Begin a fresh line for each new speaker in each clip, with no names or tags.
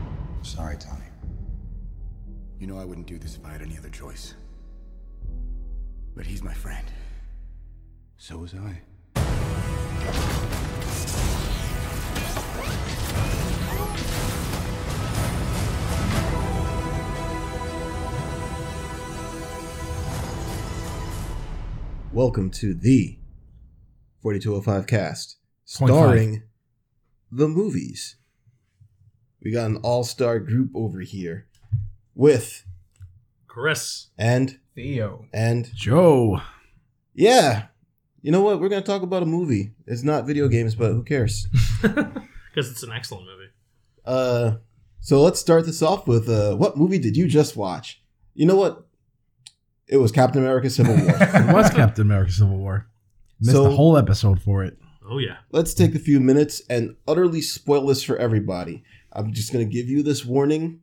I'm sorry, Tony.
You know I wouldn't do this if I had any other choice. But he's my friend. So was I.
Welcome to the 4205 cast,
Point
starring the movies. We got an all star group over here with
Chris.
and
Theo.
and
Joe.
yeah. You know what? We're going to talk about a movie. It's not video games, but who cares?
Because it's an excellent movie.
Uh, so let's start this off with uh, what movie did you just watch? You know what? It was Captain America Civil War.
It was Captain America Civil War. Missed
So-
the whole episode for it.
Oh, yeah.
let's take a few minutes and utterly spoil this for everybody. I'm just going to give you this warning.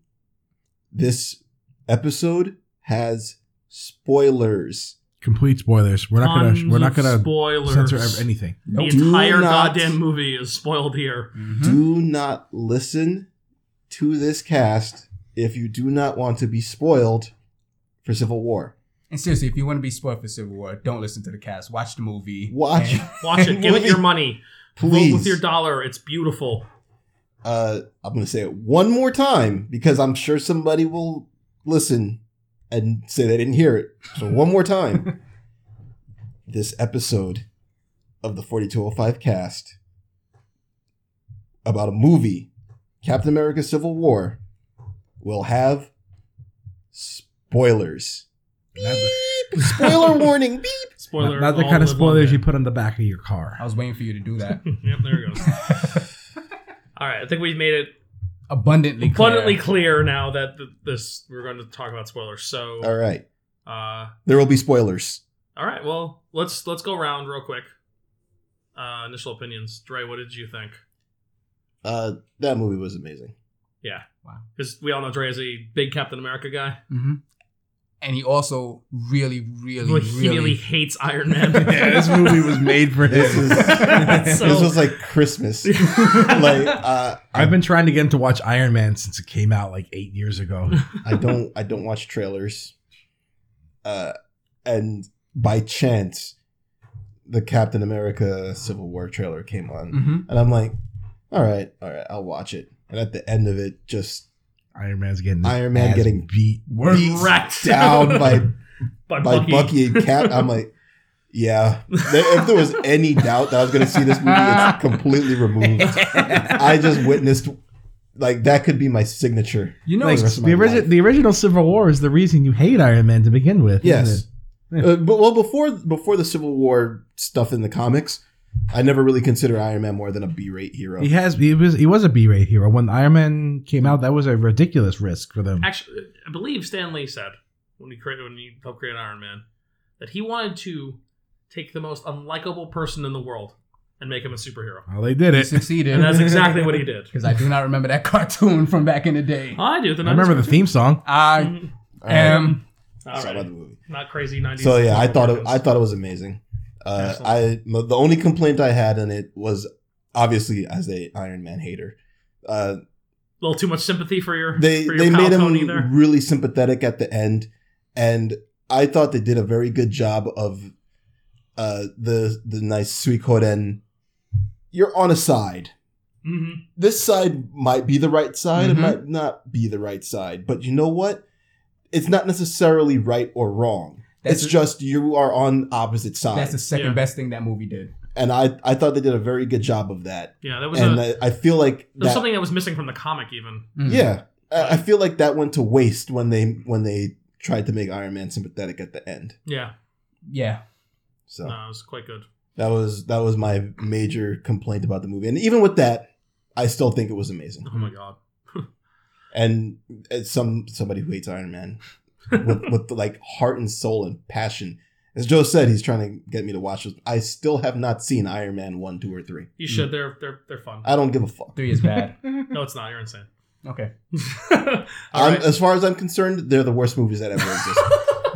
This episode has spoilers.
Complete spoilers. We're not
Tons
gonna we're not
of
gonna
spoilers.
censor ev- anything.
The
Do
entire
not-
goddamn movie is spoiled here.
Mm-hmm.
Do not listen to this cast if you do not want to be spoiled for Civil War.
And seriously, if you want to be spoiled for Civil War, don't listen to the cast. Watch the movie.
Watch
And-
Watch it. Give it your money. Vote with
please.
your dollar. It's beautiful.
uh, I'm going to say it one more time because I'm sure somebody will listen and say they didn't hear it. So, one more time. this episode of the 4205 cast about a movie, Captain America Civil War, will have spoilers.
Not the,
Spoiler warning. Beep.
Spoiler.
not the
all
kind of
live on
spoilers you
there.
put on the back of your car.
I was waiting for you to do that.
Yep, there it goes. all right. I think we've made it
Abundantly clear.
abundantly clear now that th- this we're going to talk about spoilers. So,
All right.
uh,
There will be spoilers.
all right. Well, let's let's go around real quick. Uh, initial opinions. Dre, what did you think?
Uh, that movie was amazing.
Because we all know Dre is a big Captain America guy.
hmm And he also really, really,
Like,
really,
He really hates Iron Man.
yeah, this movie was made for
This
him.
is this
So-
was like Christmas. like uh,
I've been trying to get him to watch Iron Man since it came out like eight years ago.
I don't I don't watch trailers. Uh and by chance the Captain America Civil War trailer came on
Mhm.
and I'm like, all right, all right, I'll watch it. And at the end of it just
Iron Man's getting his
Iron Man
ass
getting
beat.
We're
beat
wrecked
down by
by,
by Bucky. and Cap. I'm like, yeah. If there was any doubt that I was going to see this movie, it's completely removed. I just witnessed like that could be my signature.
You know,
Like,
the
the,
rest of my
origi-
life.
the original Civil War is the reason you hate Iron Man to begin with. isn't
Yes.
it? Yeah.
Uh, but well, before before the Civil War stuff in the comics, I never really considered Iron Man more than a B-rate hero.
He has. He was. He was a B-rate hero. When Iron Man came out, that was a ridiculous risk for them.
Actually, I believe Stan Lee said when he created when he helped create Iron Man that he wanted to take the most unlikable person in the world and make him a superhero,
Well, they did
he
it.
succeeded.
and that's exactly what he did.
Because I do not remember that cartoon from back in the day.
I do. The
I remember the
90s.
theme song.
I
All right.
am.
Um, All
So about the
right,
movie.
not crazy nineties.
So yeah, I thought it, I thought it was amazing. Uh, I the only complaint I had in it was obviously as a Iron Man hater. Uh,
a little too much sympathy for your
they
for your
they
pal
made him
Tony there.
really sympathetic at the end, and I thought they did a very good job of uh, the the nice Suikoden. You're on a side.
hmm
this side might be the right side,
Mm-hmm.
Mhm.
it might not be the right side. But you know what? It's not necessarily right or wrong.
That's
it's
the-
just you are on opposite
That's
sides.
the second
Yeah.
best thing that movie did.
and I, I thought they did a very good job of that.
Yeah, that was
And
a,
I, I feel like
that was
that,
something that was missing from the comic. Even
Mm.
yeah, I, I feel like that went to waste when they when they tried to make Iron Man sympathetic at the end.
yeah,
Yeah.
So
no, it was quite good.
that was that was my major complaint about the movie. And even with that, I still think it was amazing.
Oh my god.
and as some somebody who hates Iron Man with, with like heart and soul and passion. As Joe said, he's trying to get me to watch this. I still have not seen Iron Man one, two, or three.
You should. They're they're they're fun.
Mm. I don't give a fuck.
Three is bad.
No, it's not. You're insane.
okay.
All
I'm,
right.
As far as I'm concerned, they're the worst movies that ever exist.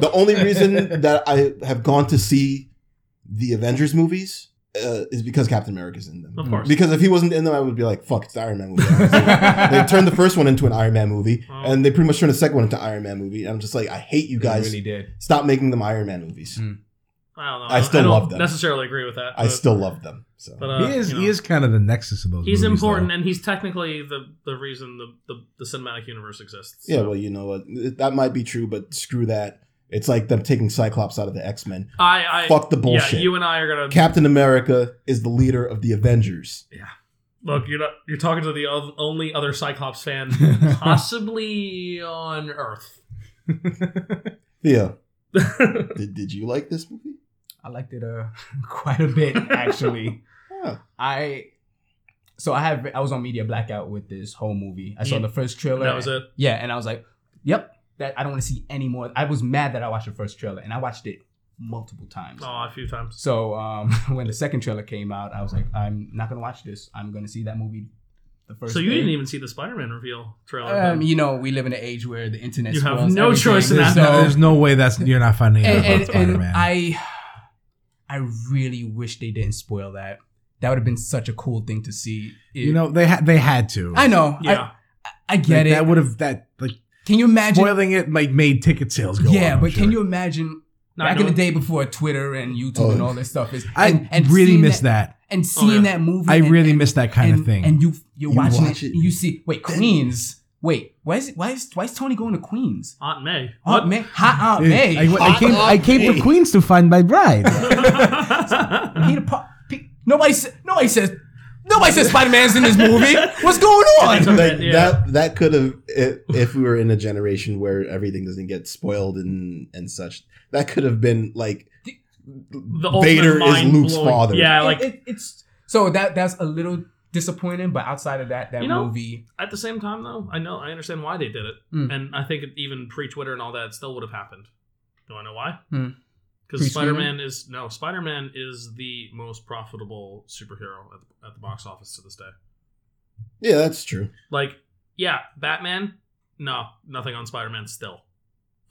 the only reason that I have gone to see the Avengers movies uh, is because Captain America's in them.
Of course.
Because if he wasn't in them, I would be like, "Fuck, it's the Iron Man movie." they turned the first one into an Iron Man movie,
Oh.
and they pretty much turned the second one into Iron Man movie. And I'm just like, I hate you
They
guys.
really did.
Stop making them Iron Man movies.
Mm.
I don't know.
I still
don't
love them.
Necessarily agree with that.
I
but-
still love them. So
But, uh,
he is
you know,
he is kind of the nexus of those.
He's
movies,
important,
though.
and he's technically the the reason the the, the cinematic universe exists.
yeah, well, you know what? That might be true, but screw that. It's like them taking Cyclops out of the X Men.
I, I
Fuck the bullshit.
Yeah, you and I are gonna
Captain America is the leader of the Avengers.
look. You're not, you're talking to the oth- only other Cyclops fan possibly on Earth.
Theo, did, did you like this movie?
I liked it uh quite a bit actually.
Yeah.
I so I have I was on media blackout with this whole movie. I saw
Yeah.
the first trailer.
that was it.
Yeah, and I was like, "Yep, that I don't want to see any more." I was mad that I watched the first trailer, and I watched it multiple times.
Oh, a few times.
So um, when the second trailer came out, I was like, "I'm not gonna watch this. I'm gonna see that movie." The first.
So you
day."
didn't even see the Spider-Man reveal trailer.
Um,
then.
you know, we live in an age where the internet.
You have
spoils
no choice in
There's
that.
everything,
no,
so-
there's no way that's you're not finding out
and,
about
and,
Spider
and
Man.
I, I really wish they didn't spoil that. That would have been such a cool thing to see.
you know they had they had to.
I know. I-
yeah,
I, get
Like,
it.
That would have that like
can you imagine?
spoiling it like made ticket sales go.
yeah,
up, I'm
but
sure.
can you imagine
Not
back in the
knowing-
day before Twitter and YouTube
Oh.
and all this stuff is?
I
and, and
really
seeing
miss that.
And seeing
Oh, yeah.
that movie,
I
and-
really
and-
miss that kind
and,
of thing.
And you you're
You
watching
watch
it,
it.
and you see wait Queens. Wait, why is it, why is why is Tony going to Queens?
Aunt May.
Aunt May, hi Aunt May.
I, I came I came to Queens to find my bride.
May.
Peter Pa- Pe- nobody sa- nobody says nobody says Spider Man's in this movie. What's going on?
Like
Yeah.
that that could have i- if we were in a generation where everything doesn't get spoiled and and such that could have been like
the
Vader is
mind
Luke's
blowing-
father.
Yeah, like
It- it- it's so that that's a little disappointing, but outside of that, that
You know-
movie.
at the same time though, I know I understand why they did it,
Mm.
and I think even pre-Twitter and all that, it still would have happened. Do I know why?
Hmm.
Because
Pre-streaming?
Spider-Man is no Spider-Man is the most profitable superhero at the, at the box office to this day.
yeah that's true
Like, yeah, Batman, no, nothing on Spider-Man still.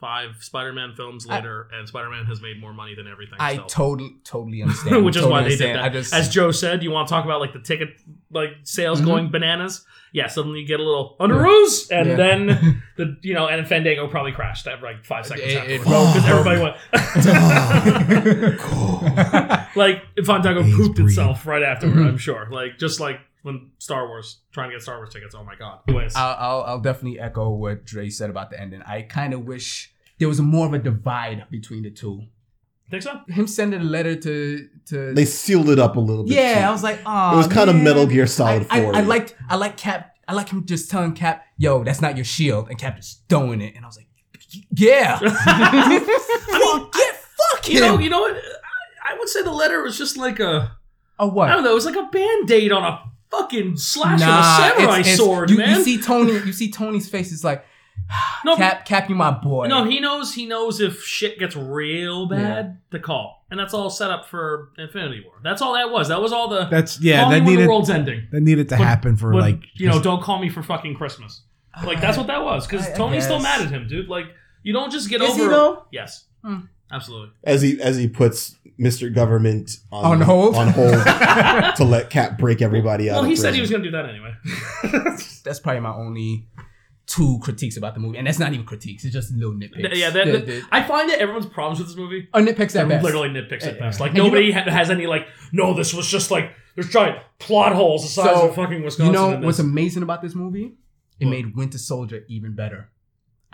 Five Spider-Man films
I-
later, and Spider-Man has made more money than everything.
I
still.
totally totally understand,
which is
totally
why they did
understand.
that.
I just
As Joe said, you want to talk about like the ticket like sales
Mhm.
going bananas. Yeah, suddenly you get a little under ruse, and
Yeah.
then the you know, and Fandango probably crashed that like five seconds
It-
after
it
because everybody went like Fandango
He's
pooped
breathing.
itself right afterward.
Mhm.
I'm sure, like just like when Star Wars trying to get Star Wars tickets. Oh my god! Anyways,
I'll, I'll I'll definitely echo what Dre said about the ending. I kind of wish there was more of a divide between the two.
think so?
Him sending a letter to to
they sealed it up a little bit
yeah,
too.
I was like, oh,
it was kind of
man."
Metal Gear Solid
I, I,
Four
I liked I like Cap. I like him just telling Cap, "Yo, that's not your shield," and Cap just throwing it, and I was like, "Yeah, fuck, get fuck him."
You know, you know what? I, I would say the letter was just like a
oh what?
I don't know. It was like a band aid on a fucking slash of a samurai
it's- it's-
sword,
you,
man.
You see Tony, you see Tony's face is like,
no,
"Cap, Cap, you my boy."
No, he knows. He knows if shit gets real bad to call, and that's all set up for Infinity War. That's all that was. That was all the
That's yeah.
call me
That
when the
needed
world's ending.
that needed to
When-
happen for
when,
like
you know, don't call me for fucking Christmas. Like that's what that was. Because
I- I
Tony's still
guess.
mad at him, dude. Like you don't just get
Is
over.
he though?
Yes,
Hmm.
absolutely.
as he as he puts Mr. Government on,
On hold?
on hold to let Cap break everybody out
well,
of
he said he was
prison.
going to do that anyway.
That's probably my only two critiques about the movie, and that's not even critiques; it's just little nitpicks.
yeah, that,
The-
that-
the-
I find that everyone's problems with this movie
or nitpicks at best.
literally nitpicks at
Yeah,
best.
yeah.
Like
And you
nobody ha- has any like. No, this was just like there's giant plot holes the size
So,
of fucking Wisconsin.
You know
in this.
what's amazing about this movie? It
What?
made Winter Soldier even better.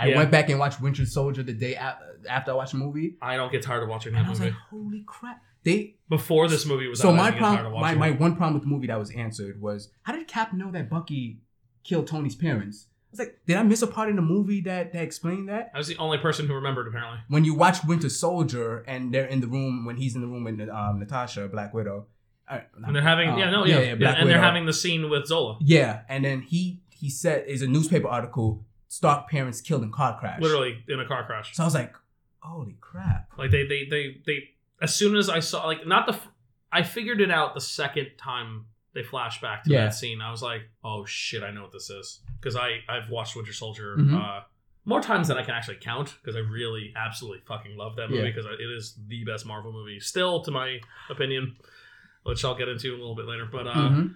I
Yeah.
went back and watched Winter Soldier the day af- after I watched the movie,
I don't get tired of watching
and
that
I was
movie.
like, "Holy crap!" They
Before this movie was
so
out, I
my
didn't get tired of
problem, my,
watching
my
it.
one problem with the movie that was answered was how did Cap know that Bucky killed Tony's parents? I was like, did I miss a part in the movie that that explained that?
I was the only person who remembered apparently.
When you watch Winter Soldier and they're in the room when he's in the room with um, Natasha Black Widow, uh,
And they're having
uh,
yeah no yeah, yeah,
Black
and they're
Widow.
having the scene with Zola.
Yeah, and then he he said is a newspaper article. Stark parents killed in car crash.
Literally in a car crash.
So I was like, holy crap.
Like they they they they as soon as I saw like not the f- I figured it out the second time they flash back to
Yeah.
that scene. I was like, "Oh shit, I know what this is." Cuz I I've watched Winter Soldier
Mhm.
uh more times than I can actually count because I really absolutely fucking love that movie
Yeah.
because it is the best Marvel movie still to my opinion. which I'll get into a little bit later. But uh,
Mhm.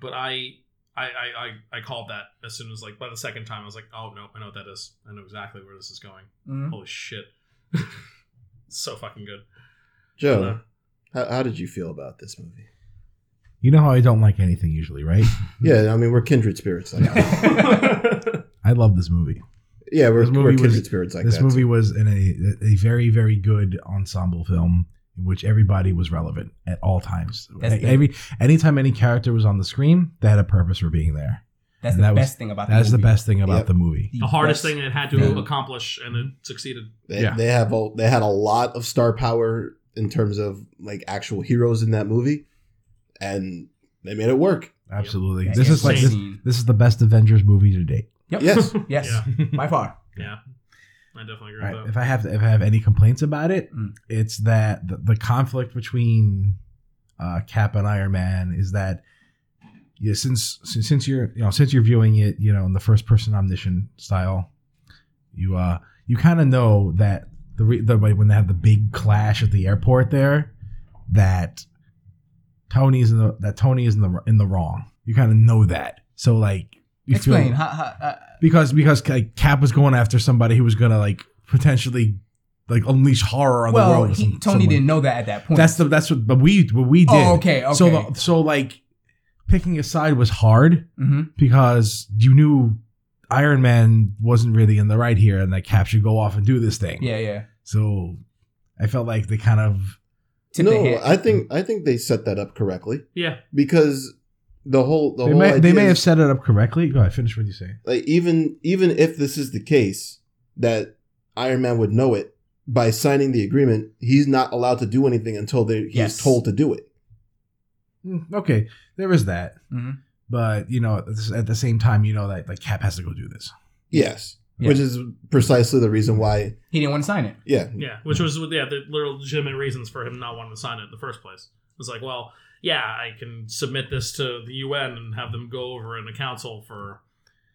but I, I I I I called that as soon as like by the second time I was like, oh no, I know what that is. I know exactly where this is going.
Mhm.
Holy shit, so fucking good.
Joe, how, how did you feel about this movie?
You know how I don't like anything usually, right?
Yeah, I mean we're kindred spirits. Like that.
I love this movie.
yeah, we're,
This movie
we're
was-
kindred spirits like
this
that.
movie was in a, a very very good ensemble film in which everybody was relevant at all times.
That's
A-
good.
Every anytime any character was on the screen, they had a purpose for being there.
That's
And
the
that was-
best thing about
That's the
movie.
best thing about
Yep.
the movie.
the hardest
best-
thing it had to
Yeah.
accomplish, and it succeeded.
They,
Yeah.
they have a, they had a lot of star power in terms of like actual heroes in that movie, and they made it work.
Absolutely.
That
This is like
insane.
this,
scene.
this is the best Avengers movie to date.
Yep.
Yes.
Yes.
Yeah.
By far.
Yeah, I definitely agree
Right.
with that.
If I have to, if I have any complaints about it,
Mm.
it's that the, the conflict between uh, Cap and Iron Man is that yeah, since since since you're you know since you're viewing it you know in the first person omniscient style, you uh you kind of know that the, re- the way when they have the big clash at the airport there that Tony's in the that Tony is in the in the wrong. You kind of know that. So like you feel-
Explain. How, how, uh,
because because like Cap was going after somebody who was gonna like potentially like unleash horror on the
well,
world. with
he,
some-
Tony
someone.
didn't know that at that point.
That's the that's what but we what we did.
Oh, okay. Okay.
So the, so like picking a side was hard
hmm
because you knew Iron Man wasn't really in the right here, and that Cap should go off and do this thing.
Yeah. Yeah.
So I felt like they kind of
Tip the
no,
hand.
I think I think they set that up correctly
Yeah,
because the whole the
they
whole
may, they
idea
may have
is,
set it up correctly. Go ahead, finish what you say.
like even even if this is the case that Iron Man would know it by signing the agreement, he's not allowed to do anything until they, he's
Yes.
told to do it.
Mm-hmm.
Mm, Okay, there is that,
Mhm.
but you know, at the- at the same time, you know that like Cap has to go do this.
Yes,
Yeah.
which is precisely the reason why.
he didn't want to sign it.
Yeah,
yeah, which was yeah the little legitimate reasons for him not wanting to sign it in the first place. It was like, well, yeah, I can submit this to the UN and have them go over in the council for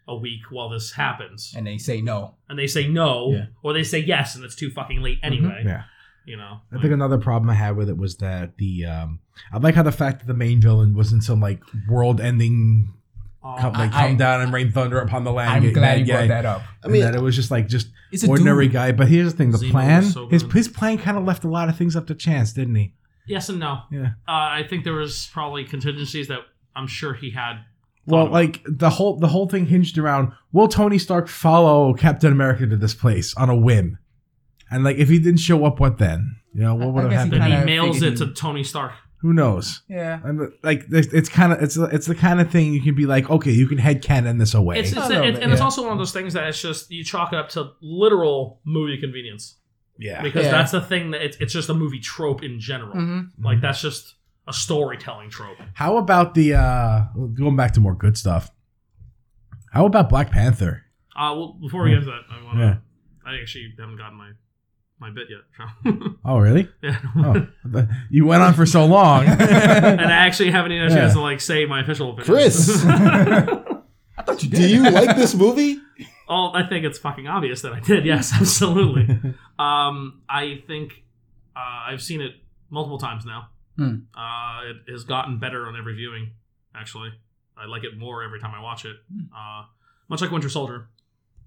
a week while this happens,
And they say no.
and they say no,
Yeah.
or they say yes, and it's too fucking late anyway.
Yeah.
You know,
I think another problem I had with it was that the um, I like how the fact that the main villain was in some like world-ending
Oh,
come,
I-
like come
I-
down and rain thunder upon the land.
I'm glad you
guy.
brought that up.
I
And
mean,
that it was just like just
It's a
ordinary
dude.
guy. But here's the thing: the
Zemo
plan,
was so
his
good.
his plan kind of left a lot of things up to chance, didn't he?
yes and no.
Yeah.
Uh, I think there was probably contingencies that I'm sure he had.
Well,
about.
like the whole the whole thing hinged around will Tony Stark follow Captain America to this place on a whim, and like if he didn't show up, what then? You know
I-
what would
I
have
guess he
happened?
Then
kinda
he mails it
figured
to
he-
Tony Stark.
Who knows?
Yeah.
I'm like it's, it's kind of it's it's the kind of thing you can be like okay you can head canon this away
It's, it's,
A little
it's-
bit,
and it's
yeah.
also one of those things that it's just you chalk it up to literal movie convenience
yeah Mm-hmm.
because
Yeah.
that's the thing that it's, it's just a movie trope in general.
Mhm.
Like that's just a storytelling trope.
how about the uh going back to more good stuff how about Black Panther
Uh, well, before we get to that, I want to.
Yeah.
I actually haven't gotten my my bit yet. so.
oh really
yeah.
oh you went on for so long
and I actually haven't even had a chance
Yeah.
to like say my official opinion.
Chris!
I thought you did.
do you like this movie?
Oh, I think it's fucking obvious that I did. Yes, absolutely. um, I think uh, I've seen it multiple times now.
Hmm.
Uh, it has gotten better on every viewing. Actually, I like it more every time I watch it.
Hmm.
Uh, much like Winter Soldier,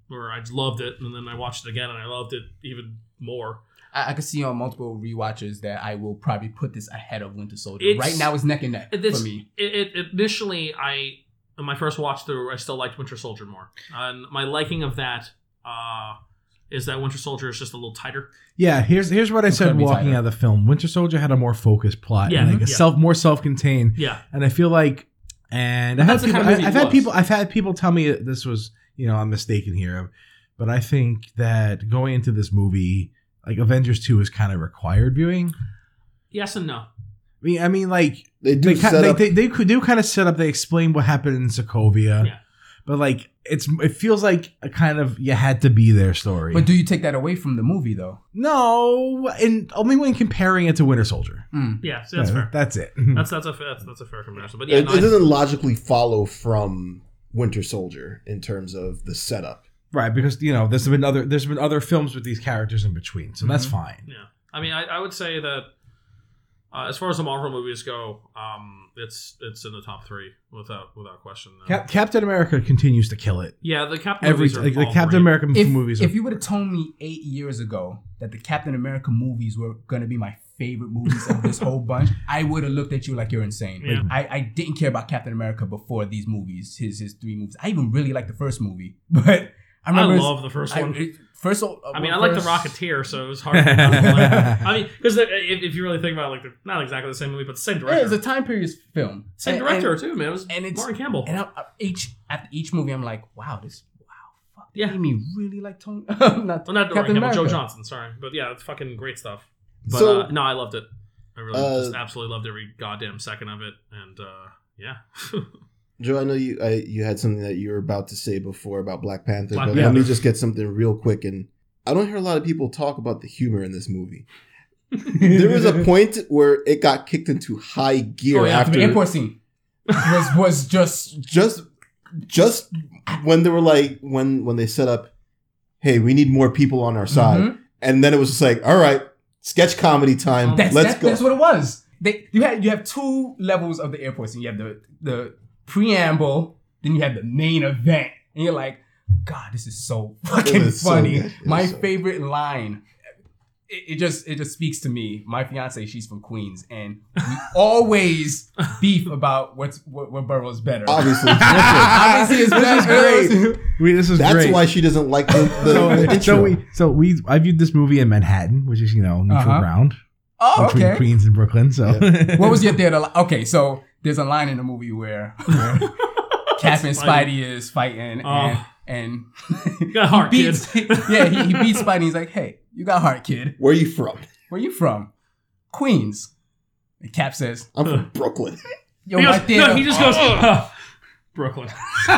where I loved it, and then I watched it again, and I loved it even more.
I, I can see on multiple rewatches that I will probably put this ahead of Winter Soldier.
It's-
right now, it's neck and neck
This-
for me.
It, it initially, I in my first watch through, I still liked Winter Soldier more, and my liking of that uh, is that Winter Soldier is just a little tighter.
yeah here's here's what I
It's
said
gonna be
walking
tighter.
out of the film Winter Soldier had a more focused plot
Yeah, mm-hmm.
and like a
yeah.
self more self contained
Hmm.
Yeah,
and I feel like, and I have
That's the
people,
kind of movie
I, I've
it
had
was.
people, I've had people tell me this was, you know, I'm mistaken here, but I think that going into this movie, like Avengers Two, is kind of required viewing.
yes and no.
I mean, I mean, like
They do
they, ki-
set
they,
up.
they, they could do kind of set up. They explain what happened in Sokovia,
Yeah.
but like it's it feels like a kind of you had to be there story.
But do you take that away from the movie though?
no, and only when comparing it to Winter Soldier.
Mm.
Yeah, so that's
Yeah,
fair.
That's it.
That's that's a that's, that's a fair comparison. But yeah,
it,
no,
it
I-
doesn't logically follow from Winter Soldier in terms of the setup.
right because you know there's been other there's been other films with these characters in between, so that's fine.
I mean, I, I would say that Uh, as far as the Marvel movies go, um, it's it's in the top three without without question.
Cap- Captain America continues to kill it.
yeah, the Captain
Every
movies are
like, the
all
Captain
great.
America
If,
movies.
if
are-
you would have told me eight years ago that the Captain America movies were gonna be my favorite movies of this whole bunch, I would have looked at you like you're insane.
Yeah.
I, I didn't care about Captain America before these movies, his his three movies. I even really liked the first movie, but I
I
remember his-
love the first
I-
one.
it- first. o- uh,
I mean, I
well,
like the
first-
Rocketeer, so it was hard. To I mean, because if, if you really think about it, like, they're not exactly the same movie, but the same
Yeah,
director.
it's a time period film.
same
And-
director
and-
too, man. It was
and it's-
Lauren Campbell.
And I, I- each after each movie, I'm like, wow, this wow, fuck,
Yeah.
yeah, me really like Tony. not,
well, not Lauren
Captain
Campbell, Joe
America.
Johnson. Sorry, but yeah, it's fucking great stuff. But
So-
uh, no, I loved it. I really
Uh,
just absolutely loved every goddamn second of it. And uh, yeah,
Joe, I know you I, you had something that you were about to say before about Black Panther,
Black
but let
Panther.
me just get something real quick. And I don't hear a lot of people talk about the humor in this movie. there was a point where it got kicked into high gear
Oh, yeah,
after
the airport scene was was just
just just when they were like when when they set up, hey, we need more people on our side,
Mhm.
and then it was just like, all right, sketch comedy time,
That's,
Um, let's
that's,
go.
that's what it was. They you had you have two levels of the airport scene. You have the the preamble, then you have the main event, and you're like, God, this is so fucking
was so
funny.
good. It was
My
so good.
favorite line. It, it just it just speaks to me. My fiance, she's from Queens, and we always beef about what's what, what borough's better.
Obviously,
Obviously, it's
This
better.
is great. We- this is
that's
great.
why she doesn't like the, the, the intro.
so, so we so we I viewed this movie in Manhattan, which is you know neutral
Uh-huh.
ground
Oh,
between
okay.
Queens and Brooklyn. So
what was your theater? Li- okay, so there's a line in the movie where, where Cap and
That's funny.
Spidey is fighting,
Oh.
and
you
and
got heart,
he
kids.
beats, yeah, he, he beats Spidey. He's like, "Hey, you got heart, kid.
Where are you from?
Where you from? Queens." And Cap says,
I'm from Brooklyn.
"Yo,
He
my
goes,
theater,
no, he just goes
Oh.
"Ugh, Brooklyn.
my,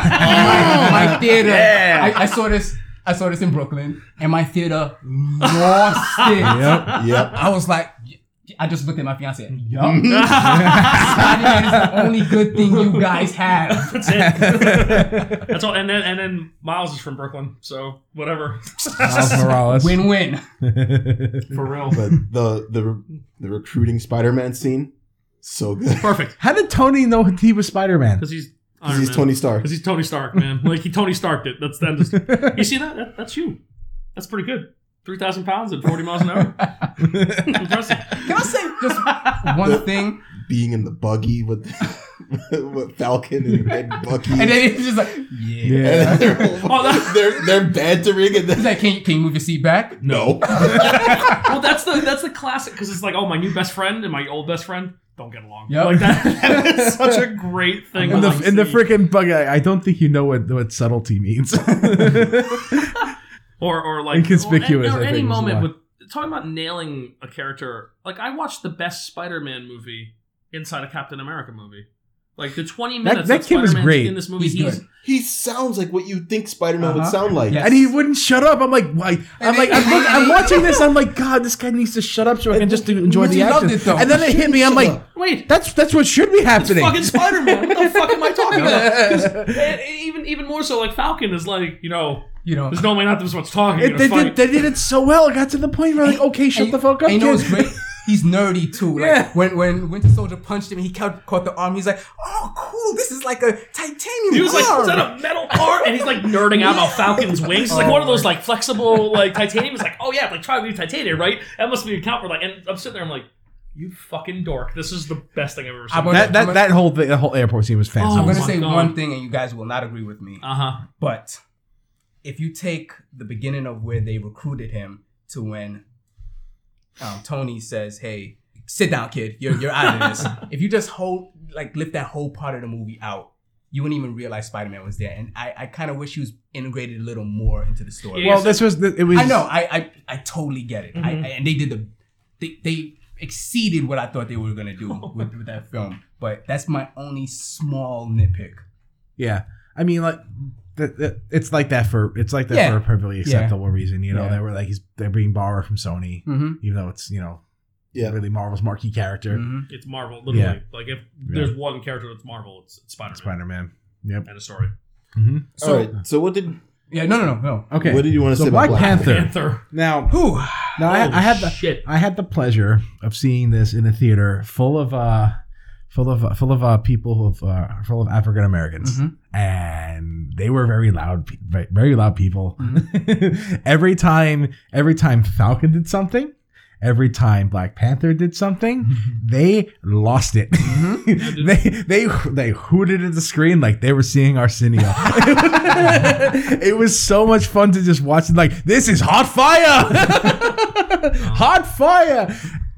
my theater. I, I saw this. I saw this in Brooklyn, and my theater lost it.
Yep.
yep.
I was like." I just looked at my fiance. Yup. Spider-Man is the only good thing you guys have.
That's it. That's all. And then and then Miles is from Brooklyn, so whatever.
Miles Morales.
Win-win.
For real.
But the the the recruiting Spider-Man scene, so good.
Perfect.
How did Tony know he was Spider Man?
Because he's Iron
Because he's
Man.
Tony Stark.
Because he's Tony Stark, man. Like he Tony Starked it. That's that. Just, you see that? that? That's you. That's pretty good. Three thousand pounds at forty miles an hour. Impressive.
Can I say just one thing?
Being in the buggy with, with Falcon and, and Bucky.
And then he's just like, yeah.
And they're,
Oh, that-
they're they're bantering and
He's
then
like, can you, can you move your seat back?
no.
Well, that's the that's the classic because it's like, oh, my new best friend and my old best friend don't get along.
Yep.
Like that, that is such a great thing.
And the,
Like,
and the
see-
freaking bug, I, I don't think you know what, what subtlety means.
or or like
Inconspicuous,
or
I
any
think, is
moment
why.
with talking about nailing a character. Like I watched the best Spider-Man movie inside a Captain America movie. Like the twenty minutes
that
that,
kid was
Spider-Man's
great.
in this movie,
He's
he's,
good.
He sounds like what you think Spider-Man would
Uh-huh.
sound like.
Yeah.
and he wouldn't shut up. I'm like, why? I'm like, I'm, look- I'm watching this. I'm like, God, this guy needs to shut up so I can just enjoy the
He loved
action.
it, though.
and then it hit me. I'm like,
wait,
that's that's what should be happening.
fucking Spider Man. What the fuck am I talking about? 'Cause, uh, even even more so, like Falcon is like you know,
You know.
there's no way not this much talking.
It-
It,
they,
fight.
did, they did it so well. It got to the point where like, okay, shut
And-
the fuck up,
and you know
kid.
what's great? He's nerdy too. Like
Yeah.
when when Winter Soldier punched him, and he caught, caught the arm. He's like, "Oh, cool! This is like a titanium."
he was like,
arm.
is that a metal part? And he's like nerding out about Falcon's wings. It's like one of those like flexible like titanium. It's like, oh yeah, like try to be titanium, right? That must be an account for like. And I'm sitting there, I'm like, you fucking dork. This is the best thing I've ever
I'm
seen.
gonna-
that that,
I'm
that whole thing, the whole airport scene was
I'm
fantastic.
Oh
gonna
my
say
God.
one thing, and you guys will not agree with me.
Uh huh.
But if you take the beginning of where they recruited him to when um, Tony says, "Hey, sit down, kid. You're you're out of this." if you just hold like lift that whole part of the movie out, you wouldn't even realize Spider Man was there. And I, I kind of wish he was integrated a little more into the story.
Yeah,
well, this was the, it was.
I know. I I, I totally get it. I, I, and they did the they they exceeded what I thought they were gonna do with, with that film. But that's my only small nitpick.
Yeah, I mean, like that, that, it's like that for it's like that
Yeah.
for a perfectly acceptable reason. You know,
Yeah.
they were like he's they're being borrowed from Sony,
Mm-hmm.
even though it's you know
Yeah.
really Marvel's marquee character,
Mm-hmm.
It's Marvel, literally. Like if there's one character that's Marvel, it's, it's Spider Man
Spider Man. Yep.
and a story.
hmm
All right. So what did
Yeah. No. No. No. No.
Okay.
what did you want to
so
say
Black
about Black
Panther.
Panther.
Now,
Whew.
No, I, I had the
shit.
I had the pleasure of seeing this in a theater full of uh, full of full of uh, people who have, uh, full of African Americans,
Mhm.
and they were very loud, pe- ve- very loud people. every time, every time Falcon did something, every time Black Panther did something, they lost it. they they they hooted at the screen like they were seeing Arsenio. it was so much fun to just watch it. Like this is hot fire, hot fire,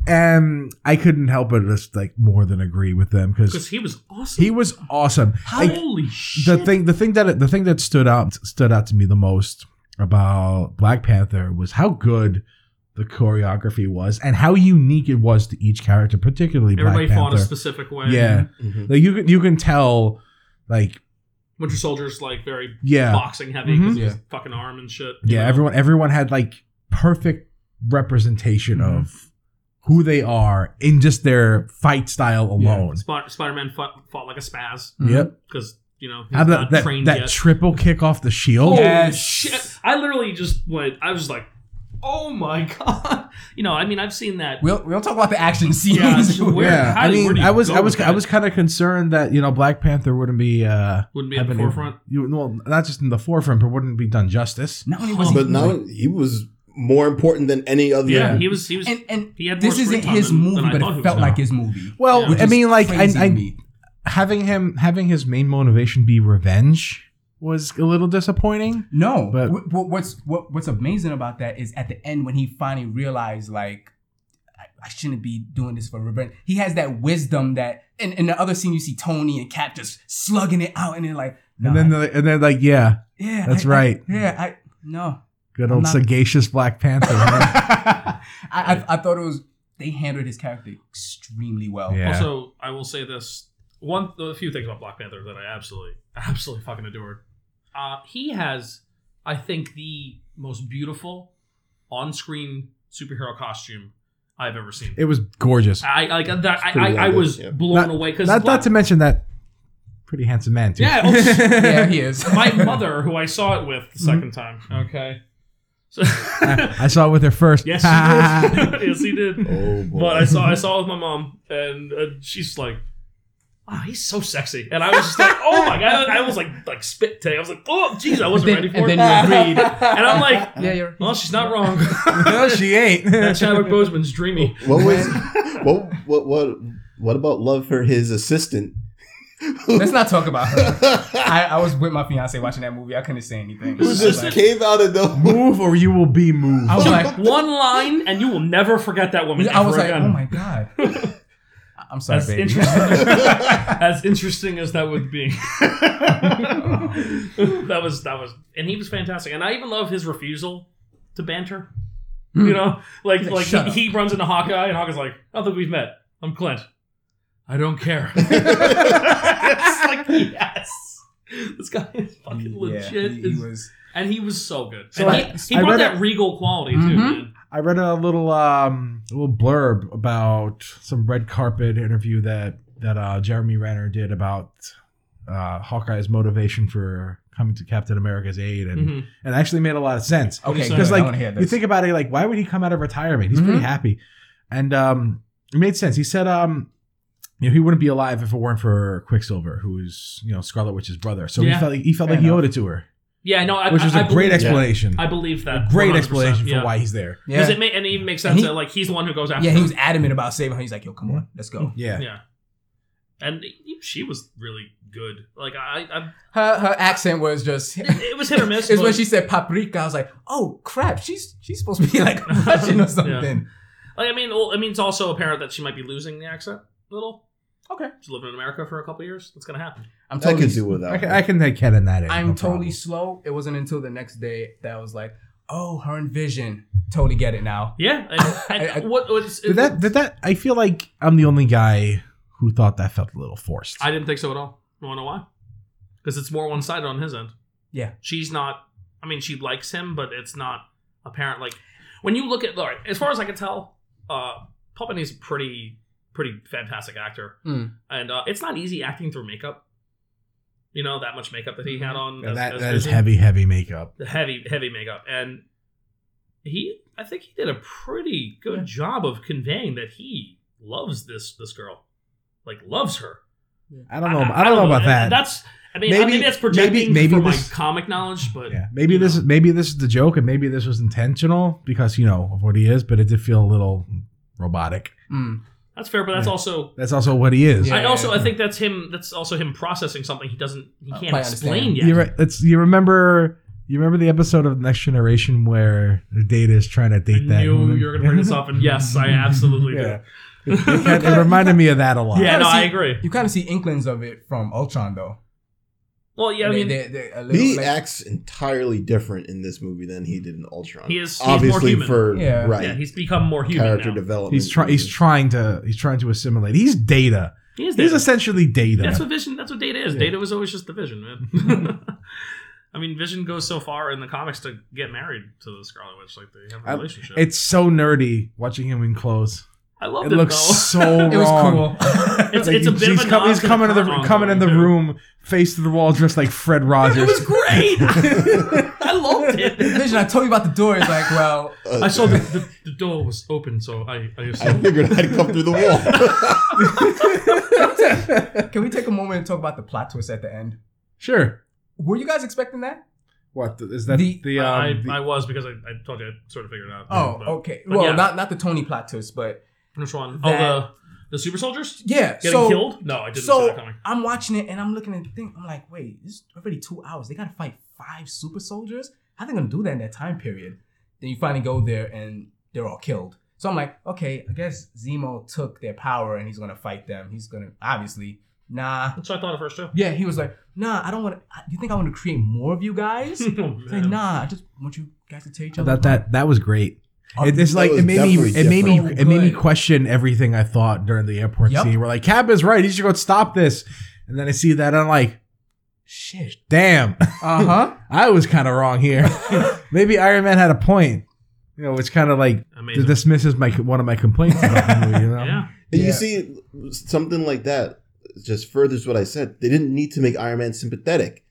and I couldn't help but just like more than agree with them
because
because
he was awesome.
he was awesome. Like,
Holy shit!
the thing the thing that the thing that stood out stood out to me the most about Black Panther was how good the choreography was and how unique it was to each character, particularly
Everybody
Black
fought a
Panther.
specific way.
yeah,
Mhm.
like you can you can tell, like
Winter Soldier's like very
yeah,
boxing heavy because
Mhm.
his
Yeah.
fucking arm and shit. you
yeah.
know?
Everyone everyone had like perfect representation
Mhm.
of who they are in just their fight style alone.
Spot- Spider-Man fought, fought like a spaz
Yep.
because you know he's
How
not
about that
trained
that
yet. Oh,
triple kick off the shield?
Holy
Yes.
shit! I literally just went. I was like, "Oh my god!" You know, I mean, I've seen that.
We'll we'll talk about the action scenes.
Yeah, so where-
yeah,
how
I
do- where
mean,
do you
I was,
go
I was,
with
I
that?
was kind of concerned that you know Black Panther wouldn't be, uh
Wouldn't be at the
happening-
forefront.
You, well, not just in the forefront, but wouldn't be done justice.
Not only was he,
Mm-hmm. But now he was more important than any other.
Mm-hmm. Yeah, he was. He was.
and and
he had
this
more
isn't
screen time
his
than-
movie,
than I
but
thought he
it felt
was.
like his movie.
Well,
Yeah.
I
Which
mean,
is
like, I,
crazy to
I,
me.
having him having his main motivation be revenge was a little disappointing.
No,
But-
but what's what, what's amazing about that is at the end when he finally realized like I, I shouldn't be doing this for revenge. He has that wisdom that in, in the other scene you see Tony and Cap just slugging it out and they're like, no,
And then, they're like- and then, like, yeah,
yeah,
that's
I- I-
right.
yeah, I no.
good
I'm
old
not-
sagacious Black Panther. huh?
I, I I thought it was they handled his character extremely well.
Yeah.
Also, I will say this: one, a few things about Black Panther that I absolutely, absolutely fucking adored. Uh, he has, I think, the most beautiful on-screen superhero costume I've ever seen.
it was gorgeous.
I like that. I,
pretty
I, I
well
was
done, yeah.
blown
Not-
away because
Not, not to mention that pretty handsome man too.
Yeah, oh, shit.
Yeah, he is.
my mother, who I saw it with the
Mm-hmm.
2nd time. Okay. So,
I saw it with her first.
oh. yes, he did. yes, he did.
Oh boy.
But I saw I saw it with my mom, and uh, she's like, "Wow, he's so sexy," and I was just like, "Oh my god!" I was like, like spit take. I was like, "Oh, jeez, I wasn't
Then-
ready
and
for it."
then you agreed.
and I'm like,
yeah, you're
"Well, she's not wrong."
no, she ain't.
that Chadwick Boseman's dreamy.
What was what what what what about love for his assistant?
Let's not talk about her. I, I was with my fiance watching that movie. I couldn't say anything. I
Who
was
just
like-
came out of nowhere?
Move or you will be moved.
I was like,
One line, and you will never forget that woman.
I was
ever
like,
again.
oh my god. I'm sorry,
That's
baby.
interesting. as interesting as that would be. that was that was, and he was fantastic. And I even love his refusal to banter.
Hmm.
You know, like like
Shut
he, he runs into Hawkeye, and Hawkeye's like, "I don't think we've met. I'm Clint. I don't care." it's like yes. This guy is fucking legit,
He, he was.
and he was so good.
So
and
I-
he,
I
he
read
brought
Mm-hmm.
that
a-
regal quality too.
Mhm.
Man.
I read a little um a little blurb about some red carpet interview that that uh, Jeremy Renner did about uh, Hawkeye's motivation for coming to Captain America's aid, and
Mhm.
and actually made a lot of sense
Okay,
Because,
because
because
Yeah,
like
like you think about it, like why would he come out of retirement? He's pretty
Mhm.
happy, and um it made sense. He said um. You know, he wouldn't be alive if it weren't for Quicksilver, who's you know Scarlet Witch's brother. So he
Yeah.
felt like he felt
Fair
like he
enough.
owed it to her,
Yeah, no, I,
which was
a
a great
believe,
explanation,
I believe that.
a great
100%,
explanation for
yeah.
why he's there.
yeah,
Because it may, and it makes sense
And he-
that like he's the one who goes after.
yeah, he
her.
was adamant about saving her. He's like, yo, come on, let's go.
Yeah,
Yeah. And she was really good. Like I, I
Her her accent was just.
it was Mm-hmm. hit or miss.
It's
but
when she said paprika. I was like, oh crap, she's she's supposed to be like Russian or something.
like I mean, well, I mean, it's also apparent that she might be losing the accent a little.
Okay.
She's living in America for a couple of years. That's gonna happen.
I'm
I
totally.
could do without.
I can, I can take Ken in that. in,
I'm
no
totally
problem.
slow. It wasn't until the next day that I was like, oh, her and Vision totally get it now.
Yeah. And, and
I- I-
what was
Did that? Did that? I feel like I'm the only guy who thought that felt a little forced.
I didn't think so at all. You wanna know why? Because it's more one sided on his end.
Yeah.
She's not. I mean, she likes him, but it's not apparent. Like when you look at, all right, as far as I can tell, uh, Palpatine's a pretty, pretty fantastic actor,
Mm.
and uh, it's not easy acting through makeup. You know that
Mm-hmm.
much makeup that he had on.
Yeah,
as-
that
as
that is
Vision.
heavy, heavy makeup.
The heavy, heavy makeup, and he I think he did a pretty good
Yeah.
job of conveying that he loves this this girl, like loves her.
I don't know. I, don't know about that.
That's I mean, I
Maybe-
think that's projecting
maybe- maybe
from
this-
my comic knowledge, but
yeah. Maybe
you
this
know.
is maybe this is the joke, and maybe this was intentional because you know of what he is. But it did feel a little robotic.
Mm.
that's fair. But that's
Yeah.
also
That's also what he is.
Yeah.
I also I think that's him. That's also him processing something he doesn't he
Uh,
can't
quite
explain
understand.
yet.
You're right. It's you remember you remember the episode of Next Generation where Data is trying to
I
date that.
knew
woman?
you were going to bring this up, and yes, I absolutely
Yeah.
do.
It, kind- it reminded me of that a lot.
yeah, no, I
see-
agree.
You kind of see inklings of it from Ultron, though.
Well, yeah, I mean,
they, they, a little,
He
like-
acts entirely different in this movie than he did in Ultron.
He is- he's more
obviously
human.
for
Yeah.
right
yeah, he's become more human
character
now.
development.
He's trying. He's
reasons.
trying to. He's trying to assimilate. He's Data.
He is
He's
Data.
essentially Data.
That's what Vision. That's what Data is.
Yeah.
Data was always just the Vision, man. I mean, Vision goes so far in the comics to get married to the Scarlet Witch, like they have
I-
a relationship.
it's so nerdy watching him in clothes.
I love
It
it,
looks
though.
so wrong.
it was cool.
It's, it's a bit
he's,
of a
com-
nod
he's
to
coming in the
current
coming in the
ongoing,
room, face to the wall, dressed like Fred
too. It
Rogers.
was great. I loved it.
Vision, I told you about the door. It's like, well,
Uh,
I saw the, the, the door was open, so I I
I
assumed.
figured I'd come through the wall.
can we take a moment and talk about the plot twist at the end?
sure.
Were you guys expecting that?
What is that? The,
The-
um,
I,
the-
I was because I, I told you I sort of figured it out. Um,
Oh,
But
okay.
but
Well,
yeah.
not not the Tony plot twist, but
Which one?
That-
oh, the the super soldiers
yeah.
getting
so
killed? No, I didn't see that
so
coming.
I'm watching it and I'm looking at the thing. I'm like, wait, this is already two hours. They gotta fight five super soldiers. How they gonna do that in that time period? Then you finally go there and they're all killed. So I'm like, okay, I guess Zemo took their power and he's gonna fight them. He's gonna obviously nah.
That's what I thought at first too.
Yeah, he was like, nah, I don't want to. You think I want to create more of you guys? It's
Oh,
like,
man.
nah, I just want you guys to take each other.
that that that was great.
Uh,
It- it's
That
like
was
it made me.
definitely
It made me.
different.
It made me
Good.
question everything I thought during the airport
Yep.
scene. We're like, Cap is right. He should go stop this. And then I see that and I'm like,
Shit.
damn,
Uh huh.
I was kind of wrong here. Maybe Iron Man had a point. You know, which kind of like
Amazing.
dismisses my one of my complaints about the movie. You know?
yeah.
And
Yeah.
you see something like that just furthers what I said. They didn't need to make Iron Man sympathetic.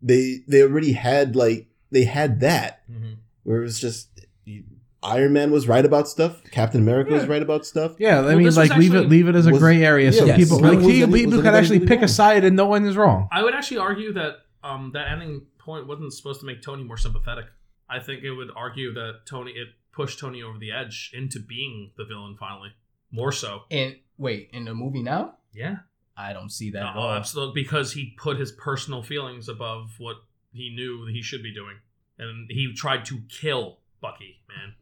They they already had like they had that
Mhm.
where it was just you- Iron Man was right about stuff. Captain America was right about stuff.
Yeah, I
Well,
mean,
this
like
was
leave it
actually-
leave it as a
Was-
gray area, so
yeah,
people
yes.
like
Was
he-
any-
people
was
can
anybody
actually
really
pick a
wrong?
side and no one is wrong.
I would actually argue that um, that ending point wasn't supposed to make Tony more sympathetic. I think it would argue that Tony it pushed Tony over the edge into being the villain finally, more so.
And wait, in the movie now,
Yeah,
I don't see that. at
oh,
all.
absolutely, because he put his personal feelings above what he knew he should be doing, and he tried to kill Bucky. Man,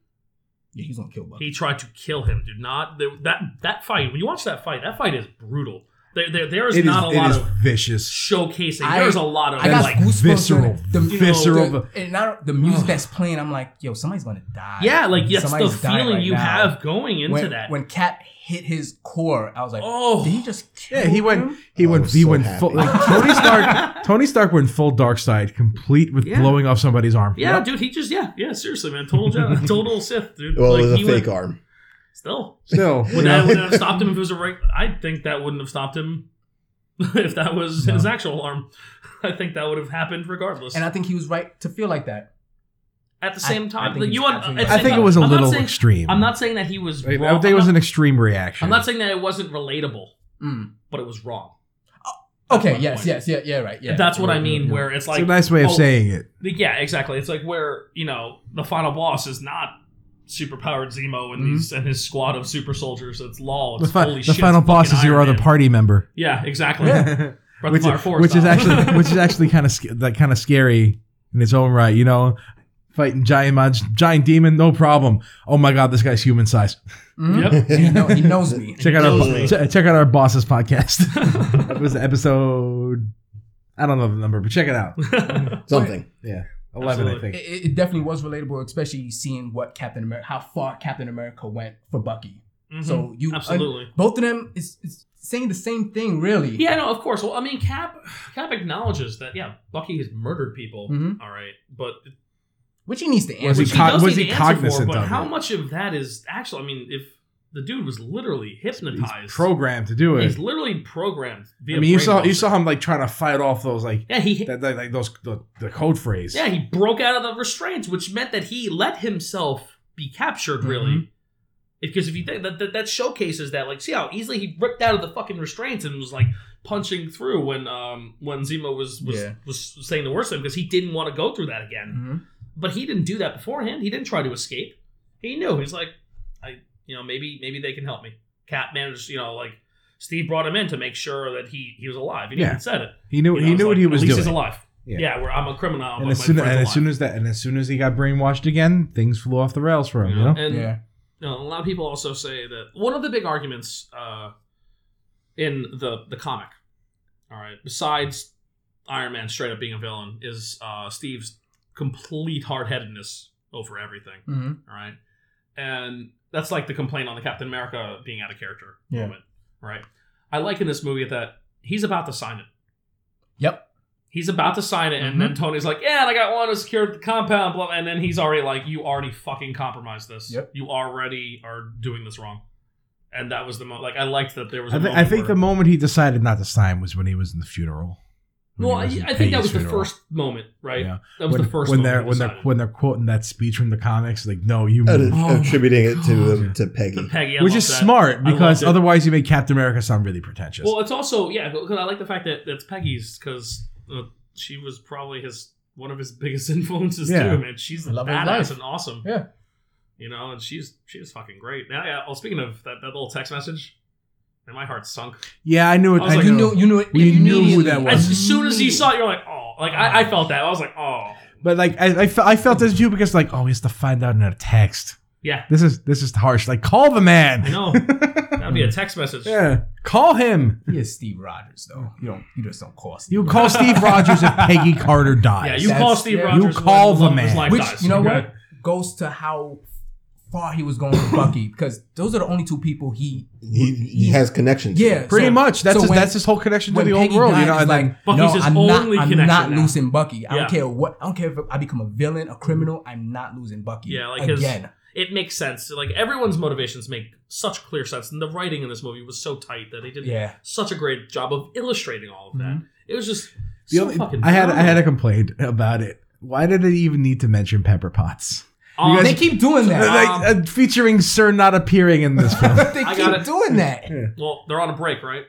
Yeah, he's gonna kill Bucky.
he tried to kill him. Do not that that fight. When you watch that fight, that fight is brutal. There, there, there is
It is
not a
it
lot
is
of
vicious.
showcasing.
I-
There's a lot of
I got
like
goosebumps.
visceral,
during it. the,
visceral-
the- and not the music that's playing. I'm like, yo, somebody's gonna die.
Yeah, like that's
Somebody's
the
dying
feeling
right
you
now.
have going into
when,
that.
When Cap hit his core, I was like,
oh,
did he just? Kill
Yeah, he went
him?
he
Oh, I
went
was
he
so
went
happy.
full like Tony Stark Tony Stark went full dark side, complete with
Yeah.
blowing off somebody's arm.
yeah, dude, he just yeah, yeah, seriously, man, total Jedi, total Sith, dude.
Well, it was a
he
fake
went-
arm.
Still,
Still, you
would that
know,
would that have stopped him if it was a right? I think that wouldn't have stopped him if that was
No.
his actual arm. I think that would have happened regardless.
And I think he was right to feel like that.
at the same
I- I
time,
think
like,
he's
you want-
absolutely
at the
I
same
think it
time,
was a
I'm not
little
saying-
extreme.
I'm not saying that he was.
I think
wrong.
it
I'm
was
not-
an extreme reaction.
I'm not saying that it wasn't relatable,
Mm.
but it was wrong. That's
Okay.
my
Yes.
point.
Yes. Yeah. Yeah. Right. Yeah. Mm-hmm.
That's what
Yeah,
I mean.
yeah,
Where it's
it's
like
a nice way of
oh,
saying it.
Yeah, exactly. It's like where you know the final boss is not superpowered Zemo and
Mhm.
these and his squad of super soldiers. It's Law.
The,
It's
fi-
holy
the
shit.
final
it's
boss
fucking
is your
Iron
other
Man.
party member,
Yeah, exactly. Breath
which,
of Fire
is,
4
which is
style.
actually which is actually kind of that kind of scary in its own right. You know, fighting giant mon- giant demon, no problem. Oh my god, this guy's human size.
Mhm.
yep.
And he, know, he knows me.
Check out our
Kills
bo-
me.
che- check out our boss's podcast. it was episode I don't know the number, but check it out.
Something.
Eleven, I
Absolutely.
It,
think.
it- it definitely was relatable, especially seeing what Captain America, how far Captain America went for Bucky.
Mhm.
So you uh,
absolutely.
both of them is, is saying the same thing, really.
yeah, no, of course. Well, I mean, Cap Cap acknowledges that. Yeah, Bucky has murdered people.
Mhm.
All right, but
Which he needs to
Was
answer.
which
he cog-
does
Mm-hmm. was
need
he
to answer
cognizant
for, but
of
how
it?
much of that is actual? I mean, if the dude was literally
He's
hypnotized.
programmed to do it.
He's literally programmed.
I
Via
mean, you
brain
saw you
muscle.
saw him like trying to fight off those like
Yeah, he
that, that like those the, the code phrase.
yeah he broke out of the restraints, which meant that he let himself be captured. Really, because if you think that, that that showcases that, like, see how easily he ripped out of the fucking restraints and was like punching through when um when Zemo was was
Yeah.
was saying the worst of him because he didn't want to go through that again.
Mhm.
but he didn't do that beforehand. He didn't try to escape. He knew he's like, I, you know, maybe maybe they can help me. Cat managed, you know, like Steve brought him in to make sure that he he was alive. He
Yeah.
even said it.
He knew
You know,
he
it's
knew what
like,
he
at
was
least
doing.
He's alive.
Yeah.
Yeah, where I'm a criminal.
And
but
as
my
soon
friend's
and as
alive.
soon as that and as soon as he got brainwashed again, things flew off the rails for him. You know,
and
yeah.
you know, a lot of people also say that one of the big arguments uh, in the the comic, all right, besides Iron Man straight up being a villain, is uh, Steve's complete hard headedness over everything.
Mhm.
All right. And that's like the complaint on the Captain America being out of character
Yeah.
moment. Right. I like in this movie that he's about to sign it.
Yep.
He's about to sign it, and
Mm-hmm.
then Tony's like, "Yeah, and I got one to secure the compound." Blah, and then he's already like, "You already fucking compromised this.
Yep.
You already are doing this wrong." And that was the mo- like I liked that there was. a
I, thi- I
moment
think
where-
the moment he decided not to sign was when he was in the funeral. When he
well, I,
was in
I think that
Peggy's
was the
funeral.
first moment, right?
Yeah.
That was
when,
the first
when
moment
they're
he
when they're
decided.
when they're quoting that speech from the comics, like, no, you,
Ad-
moved.
attributing it to
God.
them to Peggy.
The Peggy, I
which
love
is
that.
smart
I
because
loved it.
otherwise you make Captain America sound really pretentious.
Well, it's also yeah, because I like the fact that that's Peggy's because uh, she was probably his one of his biggest influences
Yeah.
too, man. She's
I love his
badass
life.
and awesome.
Yeah.
you know, and she's she was fucking great. Now, yeah. Well, speaking of that, that little text message, and my heart sunk
yeah, I knew it.
I was
I
like,
You
no.
knew you knew it.
uh, We
you
knew who
immediately-
that was.
as soon as you saw it. You're like, oh, like I, I
Ah.
felt that. I was like, oh,
But like I, I, fe- I felt this too because like oh he has to find out in a text.
yeah,
This is this is harsh. Like call the man.
I know. That'd be a text message.
yeah, call him.
He is Steve Rogers, though. You don't. You just don't call Steve.
You
Rogers.
call Steve Rogers if Peggy Carter
Yeah,
dies.
you
That's-
call Steve
yeah.
Rogers.
You call
when
the
his
man.
life
which
dies,
you know
okay?
what goes to how far he was going with Bucky because those are the only two people he
He, he has connections. to
yeah
it.
Pretty
so-
much. That's
so
his,
when-
that's his whole connection to
when
the old
Peggy
world.
died,
You know,
it's
and then
like,
Bucky's
no,
his
I'm
only
not,
connection
I'm not
now.
losing Bucky. I
Yeah.
don't care what. I don't care if I become a villain, a criminal. I'm not losing Bucky.
Yeah, like his-
again.
it makes sense. Like everyone's motivations make such clear sense, and the writing in this movie was so tight that they did
yeah,
such a great job of illustrating all of that. It was just
Mm-hmm. the
so
only-
fucking.
I had I had a
phenomenal.
complaint about it. Why did it even need to mention Pepper Potts?
Um,
you
they
guys-
keep doing that.
like uh, featuring Sir not appearing in this film.
they
I got
keep
it.
doing that.
well, they're on a break, right?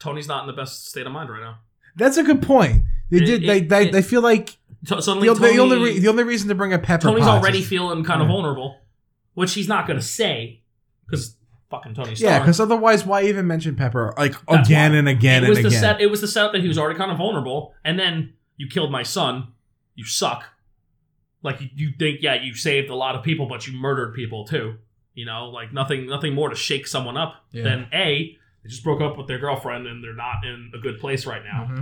Tony's not in the best state of mind right now.
That's a good point. They
It-
did.
it-
they, they,
it-
they feel like
T-
the,
suddenly,
the
Tony,
only re- the only reason to bring up Pepper
Tony's
Potts
already
is-
feeling kind of vulnerable, which he's not going to say because fucking Tony Stark.
yeah, because otherwise, why even mention Pepper like
That's
again
why.
and again
it
and
was the
again?
set. It was the setup that he was already kind of vulnerable, and then you killed my son. You suck. Like you, you think, yeah, you saved a lot of people, but you murdered people too. You know, like nothing, nothing more to shake someone up
Yeah.
than a. They just broke up with their girlfriend, and they're not in a good place right now.
Mm-hmm.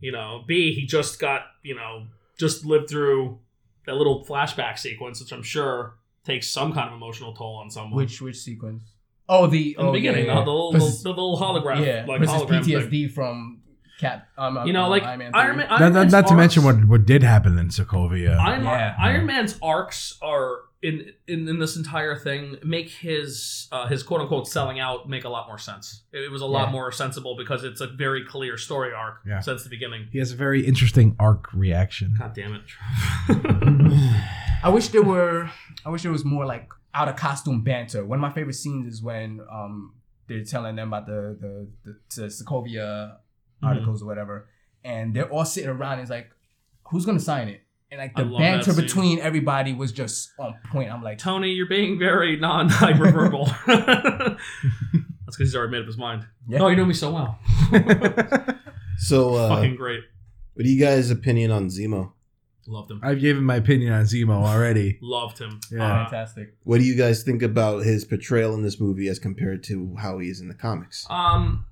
You know, B. He just got, you know, just lived through that little flashback sequence, which I'm sure takes some kind of emotional toll on someone.
Which which sequence? Oh, the
in the
oh,
beginning,
yeah, yeah.
uh, the, little,
Versus-
the little holograph,
yeah,
like
versus
hologram
PTSD
thing.
from Cap. Um,
You know,
um,
like
Iron Man.
Iron
three.
Man.
not,
Iron
not-
Man's
not to mention
arcs-
what, what did happen in Sokovia.
Iron,
Yeah.
Iron Man's arcs are in, in in this entire thing make his uh, his quote unquote selling out make a lot more sense. It, it was a lot
Yeah.
more sensible because it's a very clear story arc
Yeah.
since the beginning.
he has a very interesting arc reaction.
God damn it!
I wish there were. I wish there was more like out of costume banter. One of my favorite scenes is when um they're telling them about the the, the, the Sokovia articles or whatever, and they're all sitting around. And it's like, who's gonna sign it? And like
I
the
love that
banter
scene.
between everybody was just on point. I'm like,
Tony, you're being very non hyperverbal. That's because he's already made up his mind.
Yeah.
No, you know me so well.
So, uh,
Fucking great.
what do you guys' opinion on Zemo?
Loved him.
I've given my opinion on Zemo already.
Loved him.
Yeah.
Uh,
fantastic.
What do you guys think about his portrayal in this movie as compared to how he is in the comics?
Um,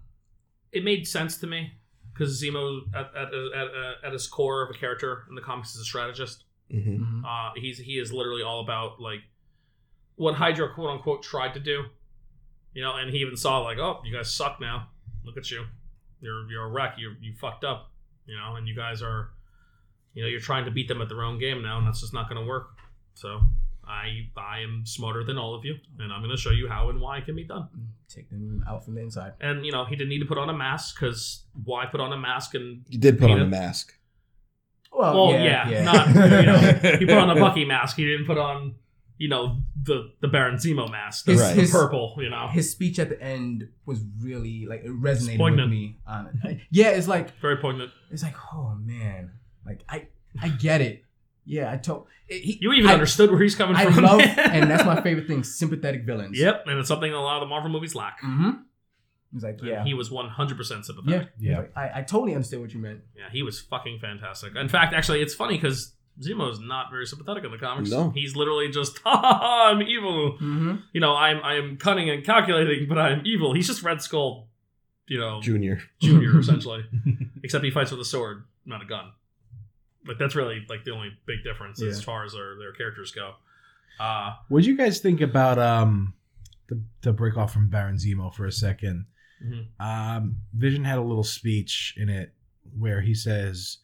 it made sense to me because Zemo, at at, at at his core of a character in the comics, is a strategist.
hmm
Mhm.
Uh, he's he is literally all about like what Hydra quote unquote tried to do, you know. And he even saw like, oh, you guys suck now. Look at you, you're you're a wreck. You you fucked up, you know. And you guys are, you know, you're trying to beat them at their own game now, and that's just not going to work. So I I am smarter than all of you, and I'm going to show you how and why it can be done.
Take them out from the inside.
And you know, he didn't need to put on a mask because why put on a mask? And
You did put on
Yeah.
a mask.
Oh,
well, yeah, not you know, he put on a Bucky mask. He didn't put on you know the the Baron Zemo mask, the
His-
Right.
his-
purple. You know,
His speech at the end was really like it resonated with
poignant.
me. On it. Yeah, it's like
very poignant.
it's like oh man, like I I get it. Yeah, I told he,
You even
I,
understood where he's coming
I
from.
love, and that's my favorite thing: sympathetic villains.
Yep, and it's something a lot of the Marvel movies lack.
Mm-hmm. He's like,
And
yeah,
he was 100% sympathetic.
yeah, yeah. I, I totally understand what you meant.
Yeah, he was fucking fantastic. In fact, actually, it's funny because Zemo's not very sympathetic in the comics.
No.
He's literally just, ha ha ha, I'm evil.
Mm-hmm.
You know, I'm I am cunning and calculating, but I'm evil. He's just Red Skull, you know,
Junior.
junior essentially. Except he fights with a sword, not a gun. Like that's really like the only big difference as
Yeah.
far as their, their characters go. Uh
What do you guys think about um the the break off from Baron Zemo for a second?
Mhm.
Um, Vision had a little speech in it where he says,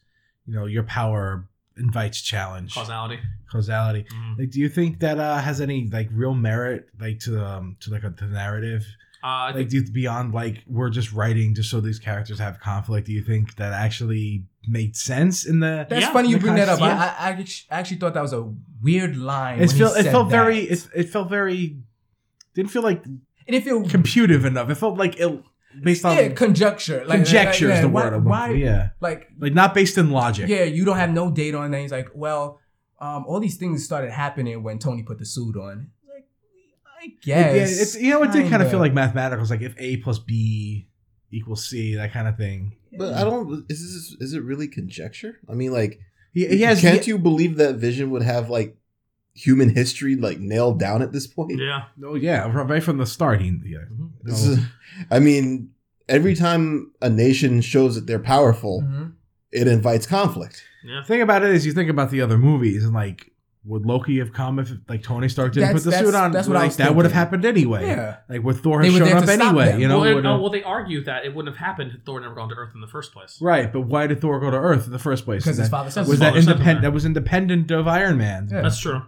you know, your power invites challenge,
causality.
causality.
Mhm.
Like, do you think that uh, has any like real merit, like to um to like a, to narrative?
Uh, I
Like,
think
do you, beyond like we're just writing just so these characters have conflict? Do you think that actually made sense in the?
That's
Yeah,
funny you
the
bring that up.
concept-
I, I, I actu- actually thought that was a weird line.
It
when he
felt it
said
felt very
that.
it, it felt very didn't feel like
And it feel
computive enough. It felt like it based on
yeah, conjecture. Like,
conjecture
like,
is
yeah,
the
why-
word. I'm
Why?
looking for, yeah,
Like,
like not based in logic.
yeah, you don't have no data on that. He's like, well, um, all these things started happening when Tony put the suit on. Like, I
It-
guess.
yeah, it's, you know, it did kind of
kinda.
feel like mathematical. It's like if a plus b equals c, that kind of thing.
But I don't. Is this is it really conjecture? I mean, like,
He, he has
can't you believe that Vision would have like human history like nailed down at this point?
yeah.
no, Oh, yeah, from- right from the start. He, yeah,
Mm-hmm.
No.
This is, I mean, every time a nation shows that they're powerful,
Mhm.
it invites conflict.
Yeah.
the thing about it is, you think about the other movies and like. Would Loki have come if like Tony Stark didn't
That's-
put the
that's-
suit on?
that's what I
like,
was
that would have
thinking.
happened anyway.
Yeah.
Like would Thor
They
have
were
shown
there
up
to stop
anyway?
them.
You know,
well, and,
would've-
uh, well, they argue that it wouldn't have happened had Thor never gone to Earth in the first place.
right? But why did Thor go to Earth in the first place?
Because his
That-
father said
was
his
that
father sent him
independent?
there.
That was independent of Iron Man.
Yeah.
That's true.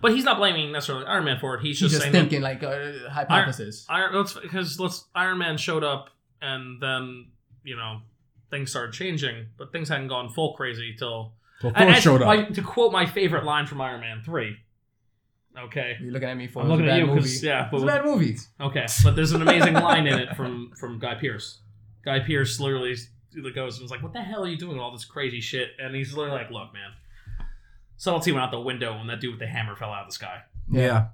But he's not blaming necessarily Iron Man for it. He's
She's
just,
just
saying
thinking like uh, hypothesis.
that Iron let's because let's Iron Man showed up and then, you know, things started changing, but things hadn't gone full crazy till
Well,
I-
Thor
I-
showed up.
my- to quote my favorite line from Iron Man three. Okay.
You're looking at me for
I'm
it was a
looking at
bad
you
movie.
because yeah,
It's
but
a bad movie.
Okay, but there's an amazing line in it from from Guy Pierce. Guy Pierce literally goes and is like, "What the hell are you doing with all this crazy shit?" And he's literally like, "Look, man, subtlety went out the window when that dude with the hammer fell out of the sky."
yeah,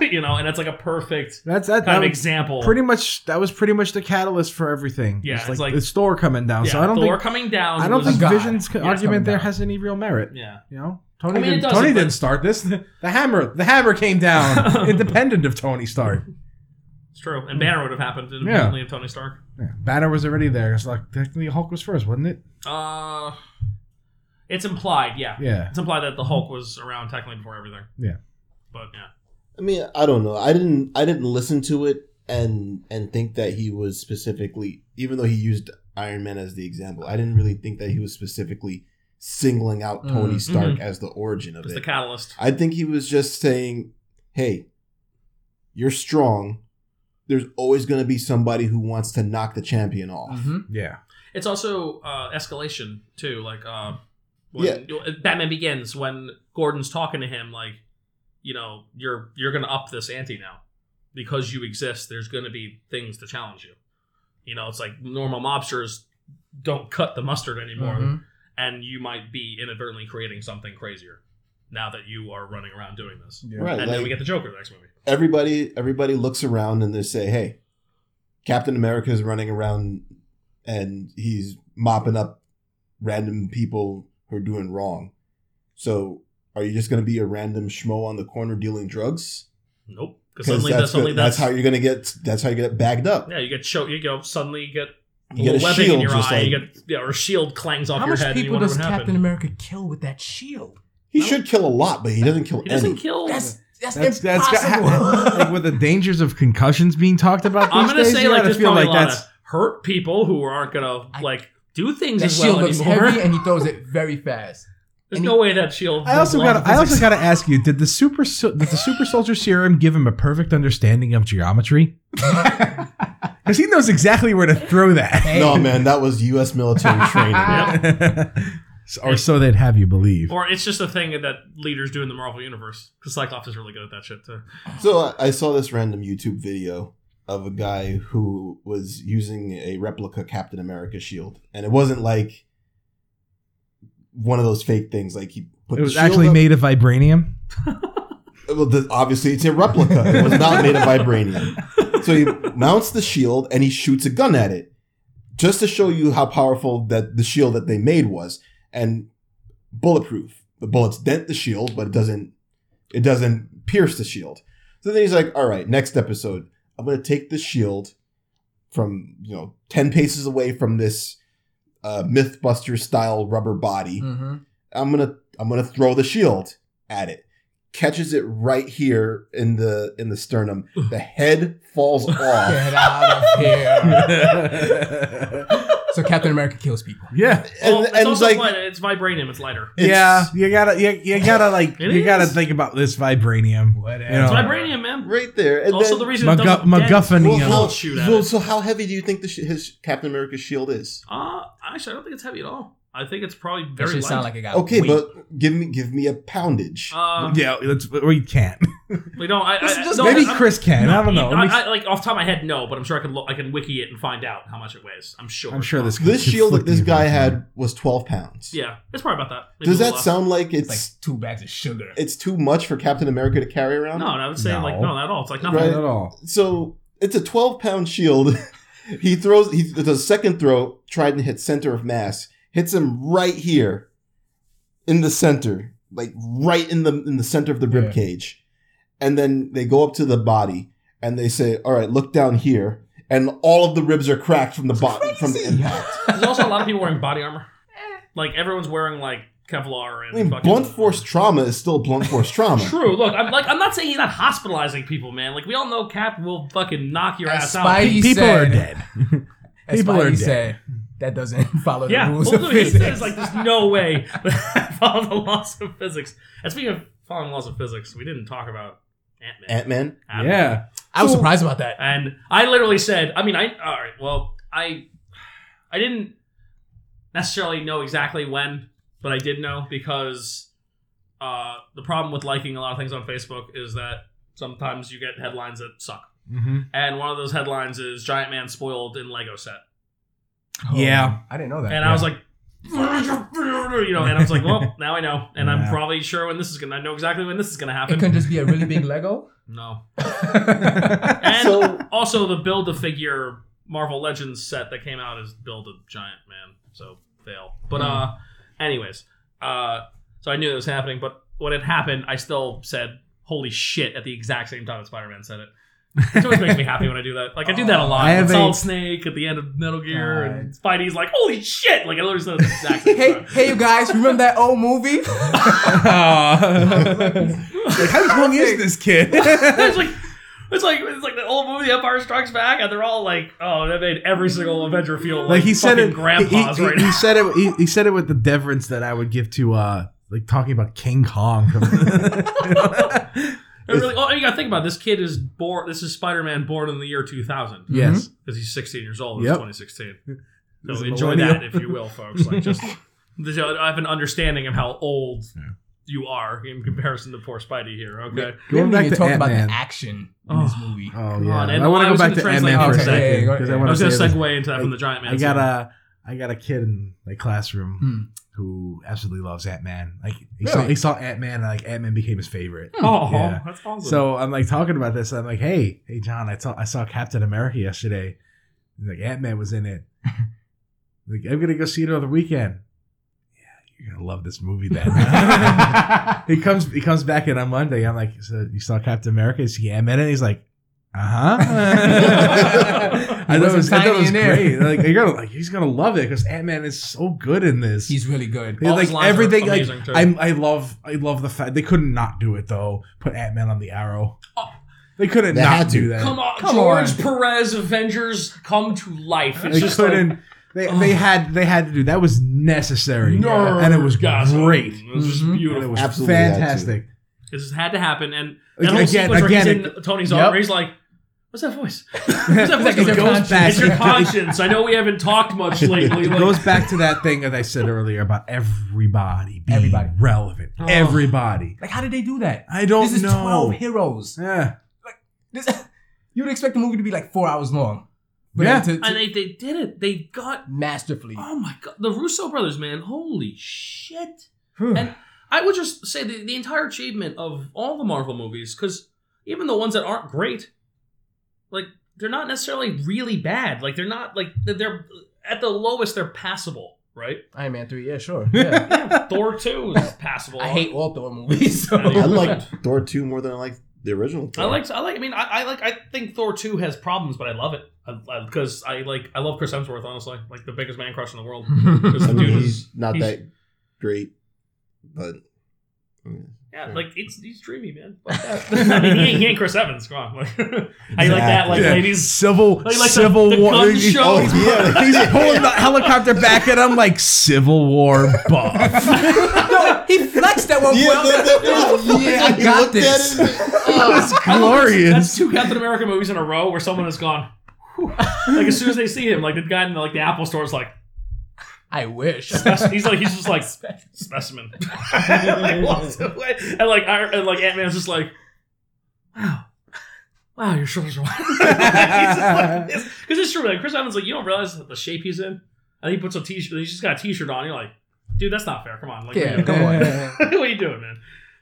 you know, and that's like a perfect
that's that.
kind
that
of
was
example.
pretty much that was pretty much the catalyst for everything.
Yeah,
it's
it's
like,
like-
it's Thor coming down.
yeah,
so I don't
Thor
think
coming down.
I don't
was-
think
God.
Vision's
Yeah, it's coming
argument there
down.
has any real merit.
Yeah,
You know, Tony
I mean, it
didn't,
doesn't,
Tony
but-
didn't start this. The hammer, the hammer came down independent of Tony Stark.
it's true. And Banner would have happened
Hmm. Yeah.
independently of Tony Stark.
Yeah, Banner was already there. It's like technically Hulk was first, wasn't it?
Uh, it's implied. Yeah.
Yeah,
it's implied that the Hulk was around technically before everything.
Yeah.
but yeah.
I mean, I don't know. I didn't. I didn't listen to it and and think that he was specifically, even though he used Iron Man as the example. I didn't really think that he was specifically singling out
Mm,
Tony Stark as the origin of
It's
it.
mm-hmm. the catalyst.
I think he was just saying, "Hey, you're strong. There's always going to be somebody who wants to knock the champion off."
Mm-hmm.
Mhm.
yeah.
It's also uh, escalation too. Like uh, when uh, Batman Begins, when Gordon's talking to him, like, you know, you're you're gonna up this ante now because you exist. There's gonna be things to challenge you. You know, it's like normal mobsters don't cut the mustard anymore,
Mm-hmm.
Mhm.
and you might be inadvertently creating something crazier now that you are running around doing this.
Yeah.
Right.
And
like-
then we get the Joker next movie.
everybody everybody looks around and they say, "Hey, Captain America is running around and he's mopping up random people who are doing wrong." So, are you just going to be a random schmo on the corner dealing drugs?
Nope,
Because
because suddenly
that's,
that's,
the-
suddenly
that's
that's,
how you're going to get that's how you get bagged up.
yeah you get show you know suddenly get
You get a
webbing
shield
in your
just
eye,
like
you get yeah, or a shield clangs off
How
your
much
head. and you
people
wonder
does
what happened.
Captain America kill with that shield?
he should kill a lot, but he doesn't kill
He doesn't
any.
kill.
That's that's,
That's that's
impossible.
like with the dangers of concussions being talked about. These
I'm gonna
days,
say
you
like
gotta
there's
feel
probably
like
a lot
that's
of hurt people who aren't gonna
I-
like do things
that
as
shield
well
looks
anymore.
heavy, and he throws it very fast.
There's
And
no way that shield.
I also
belongs
got.
to
I also
physics.
got to ask you: Did the super so- did the super soldier serum give him a perfect understanding of geometry? Because he knows exactly where to throw that,
No, man, that was U.S. military training.
Yep.
or so they'd have you believe.
Or it's just a thing that leaders do in the Marvel universe because Cyclops is really good at that shit too.
So I- I saw this random YouTube video of a guy who was using a replica Captain America shield, and it wasn't like one of those fake things. Like he put
It was
the shield
actually
up-
made of vibranium.
Well, the, obviously it's a replica. It was not made of vibranium. So he mounts the shield and he shoots a gun at it, just to show you how powerful that the shield that they made was and bulletproof. The bullets dent the shield, but it doesn't. It doesn't pierce the shield. So then he's like, "All right, next episode, I'm gonna take the shield from you know ten paces away from this uh, MythBuster style rubber body."
Mm-hmm.
I'm gonna I'm gonna throw the shield at it. Catches it right here in the in the sternum. The head falls off.
Get out of here.
yeah,
so Captain America kills people.
Well,
And,
it's
and it's
also
like
light- it's vibranium. It's lighter.
it's-
you gotta, you, you gotta like,
It
you gotta
is.
think about this vibranium.
Whatever.
You know,
It's vibranium, man.
right there. And
also,
then-
the reason it
Muggu-
doesn't dent-
MacGuffinium.
Well, well, shoot at
well,
it.
so how heavy do you think the sh- his Captain America shield is?
Uh, actually, I don't think it's heavy at all. I think it's probably
That
very
should
light.
sound like a guy.
Okay,
Wait,
but give me give me a poundage.
uh,
yeah, let's, we can't.
we don't. I, I,
Just- just
no,
Maybe
I- I-
Chris can. I don't know. Let me-
I, I- like off the top of my head, no, but I'm sure I can look, I can wiki it and find out how much it weighs. I'm sure.
I'm sure this.
this shield that this
conflicting
guy
information.
had was 12 pounds.
Yeah, it's probably about that. Maybe
Does
a little
that
less.
sound like
it's
it's
like two bags of sugar.
it's too much for Captain America to carry around?
No, and I would say like
No.
no, not at all. It's like nothing.
Right.
Not at all.
so it's a 12 pound shield he throws he does a second throw trying to hit center of mass hits him right here in the center like right in the in the center of the rib
Yeah.
cage and then they go up to the body and they say all right look down here and all of the ribs are cracked from the bottom from the impact
There's also a lot of people wearing body armor. Like everyone's wearing like Kevlar
i
and
mean
fucking
blunt force trauma is still blunt force trauma
True. Look, I'm like I'm not saying he's not hospitalizing people, man. Like we all know, Cap will fucking knock your
As
ass out.
Spidey
People
said-
are dead.
As
people
Spidey
are dead.
said, that doesn't follow the
Yeah,
rules
well,
of
look, he
physics.
says like there's no way that follow the laws of physics. And speaking of following laws of physics, we didn't talk about Ant-Man.
ant-man
Ant-Man.
yeah.
I was
So-
surprised about that.
And I literally said, I mean, I all right. Well, I I didn't necessarily know exactly when, but I did know because uh, the problem with liking a lot of things on Facebook is that sometimes you get headlines that suck.
hmm
And one of those headlines is Giant Man spoiled in Lego set,
Yeah.
Oh, I didn't know that.
and I was like. You know, and I was like, well, now I know, and I'm
Yeah.
probably sure when this is gonna. I know exactly when this is gonna
it
happen.
couldn't just be a really big Lego.
no,
That's
and
so
Also, the build a figure Marvel Legends set that came out is build a giant man. So fail. But
Hmm.
uh, anyways, uh, so I knew it was happening. But when it happened, I still said "Holy shit!" at the exact same time that Spider Man said it. It always makes me happy when I do that. Like I do that a lot.
I have
with
a-
Solid Snake at the end of Metal Gear, and Spidey's like, "Holy shit!" Like I literally said it at the exact same
hey,
time.
hey, you guys, remember that old movie?
like, how young is this kid?
it's like it's like it's like the old movie The Empire Strikes Back, and they're all like, "Oh, that made every single Avenger feel like,
like he said
fucking
it.
grandpas
he, he-
right
he
now."
said it. He, he said it with the deference that I would give to uh like talking about King Kong.
It really, oh, and you got to think about it. this kid is born. This is Spider Man born in the year 2000
yes.
because he's 16 years old. in
Mm. Yep.
2016.
He's
So
a
enjoy that
millennial.
if you will, folks. Like just this- I have an understanding of how old
Yeah.
you are in comparison to poor Spidey here. Okay,
we
Going
haven't
back
even
to
talked about the
Ant-Man.
action in this
Oh.
movie.
Oh
Come
yeah.
on, and
I want
I
to go
was
back
gonna
to Ant
translate
Man for a
that.
Okay,
second
yeah, yeah,
because I
yeah.
I
want
was
to
gonna
say this.
segue into having the giant man.
I got
scene.
a I got a kid in my classroom
Hmm.
who absolutely loves Ant Man. Like he
Really?
saw he saw Ant Man and like Ant Man became his favorite.
Oh,
Yeah.
that's awesome.
So I'm like talking about this. I'm like, hey, hey, John, I saw I saw Captain America yesterday. He's like Ant Man was in it. like I'm gonna go see it over the weekend. Yeah, you're gonna love this movie then. he comes he comes back in on Monday. I'm like, so you saw Captain America? Is he Ant Man? And he's like, uh huh. I
He
know it
wasn't
was, I thought it
signing
was
in there.
great. Like you're gonna like he's gonna love it because Ant Man is so good in this.
He's really good. Oh,
Yeah,
All
like
his lines are
everything, like
amazing, too.
I, I love, I love the fact they couldn't not do it though. Put Ant Man on the Arrow,
Oh.
they couldn't
They
not
had to.
do that.
Come on,
Come
George
on.
Perez Avengers come to life. It's
they
just
couldn't.
like,
They, they had they had to do that was necessary and it was
Nerdgasm.
great Mm-hmm.
It was just
Mhm. And it
beautiful.
and it was
Absolutely had to.
fantastic.
It just had to happen. And
Again-
that whole sequence where
again,
he's in Tony's
yep.
yep. he's like, "What's that voice? What's that voice?"
It's your
It goes
conscience.
back- It's your
It-
conscience. I know we haven't talked much lately.
It
like-
goes back to that thing that I said earlier about everybody being
Everybody.
relevant.
Oh.
Everybody.
Like, how did they do that?
I don't
This is
know.
12 heroes.
yeah.
This, you would expect the movie to be like four hours long. But
Yeah.
yeah. To, to-
and they, they did it. They got
masterfully.
oh my god, the Russo brothers, man, holy shit!
and
And I would just say the, the entire achievement of all the Marvel movies, because even the ones that aren't great, like they're not necessarily really bad. Like they're not like they're- they're at the lowest they're passable, right?
Iron Man 3, yeah, sure. Yeah.
Thor two is passable.
I hate all Thor movies. So.
I
I liked Thor two more than I liked the original. Thor.
I like. I like. I mean, I, I like. I think Thor two has problems, but I love it because I, like. I love Chris Hemsworth. Honestly, like the biggest man crush in the world. 'Cause
I
the
mean,
dude is
he's not
he's-
that great, but mm,
yeah,
Yeah.
like it's he's dreamy, man. Fuck that. I mean, he ain't, he ain't Chris Evans. Come on, like, how you like that? Like
Exactly. Yeah.
ladies,
Civil
like, like
Civil
the, the
War.
gun show.
oh yeah, like, he's
Pulling the helicopter back and I'm like Civil War buff.
no, he flexed that one
yeah,
Oh, well.
that- that-
yeah, I
he
got
looked at
this.
it and-
I love this-
Glorious.
That's two Captain America movies in a row where someone has gone. whew. like as soon as they see him, like the guy in the, like the Apple store is like,
I wish.
spec- he's like he's just like specimen. like walks away, and like Iron, and like Ant Man's just like, wow, wow, your shoulders are wide. Because it's true, like Chris Evans, like you don't realize the shape he's in, and he puts a t-shirt. He's just got a t-shirt on. You're like, dude, that's not fair. Come on, like,
Yeah,
what,
come
are you
on.
doing? what are you doing, man?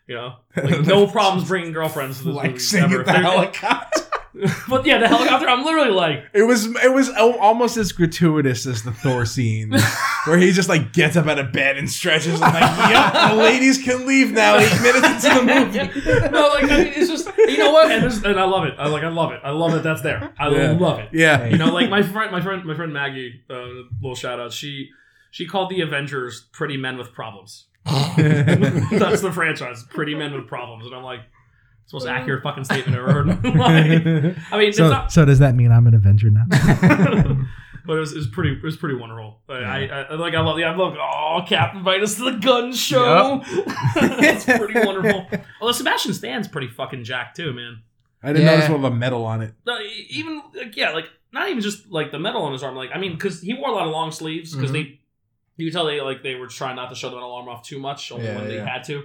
You know, like, no problems bringing girlfriends to this movie, ever. They're- But yeah, the helicopter. I'm literally like,
It was it was al- almost as gratuitous as the Thor scene, where he just like gets up out of bed and stretches and like, yep, the ladies can leave now. Eight minutes into the movie.
no, like I mean, it's just you know what, and, this, and I love it. I like, I love it. I love that that's there. I
Yeah.
love it.
Yeah,
you know, like my friend, my friend, my friend Maggie. Uh, little shout out. She she called the Avengers "pretty men with problems." That's the franchise, "pretty men with problems," and I'm like, it's the most accurate fucking statement I've ever heard. In my life. I mean, it's not,
so does that mean I'm an Avenger now?
but it was, it was pretty, it was pretty wonderful. Like, I, I like, I love, yeah, I love. Oh, Cap invite us to the gun show. That's pretty wonderful. Although Sebastian Stan's pretty fucking jacked too, man.
I didn't
Yeah.
notice one with a medal on it.
No, e- even like, yeah, like not even just like the metal on his arm. Like I mean, because he wore a lot of long sleeves because
Mhm.
they, you could tell they like they were trying not to show the metal arm off too much only
Yeah,
when they
yeah.
had to.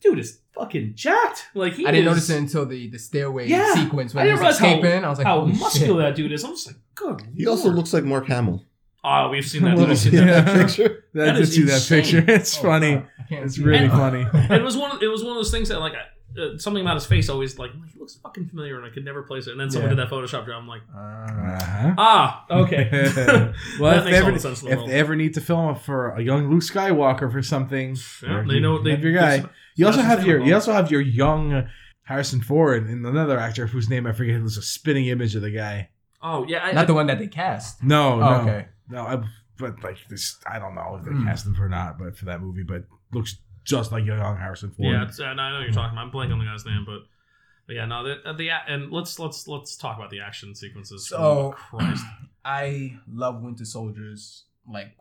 Dude is fucking jacked. Like he
I didn't
is-
notice it until the, the stairway
Yeah.
sequence
I
when he
didn't realize
was
how-
escaping. I was like,
how
holy shit.
muscular that dude is. I'm just like, good.
he also
lord.
looks like Mark Hamill.
Oh, we've seen that.
Well,
We've seen
yeah.
that.
picture.
I
That
did
is
see that
insane.
picture. It's
Oh,
funny.
God, I can't
It's
see
really
it.
funny.
it was one. Of, it was one of those things that like I, uh, something about his face always like he looks fucking familiar, and I could never place it. And then someone
Yeah.
did that Photoshop job. I'm like,
Uh-huh.
ah, okay.
well,
That
if they,
makes all
ever,
the sense in the
if
world.
they ever need to film it for a young Luke Skywalker for something,
Yeah,
you
they know-
have
they-
your guy.
it's-
You also
that's
have your you
understandable.
also have your young Harrison Ford and another actor whose name I forget. It was a spinning image of the guy.
oh yeah, I,
Not the one that they cast.
No,
Oh,
no,
okay.
no. I, but like this, I don't know if they
Hmm.
cast him for not, but for that movie, but looks just like young Harrison Ford.
Yeah, it's, uh, no, I know what you're talking. About. I'm blanking on the guy's name, but, but yeah, no, the, uh, the a- and let's let's let's talk about the action sequences. Oh,
So-
Christ,
I love Winter Soldiers. Like,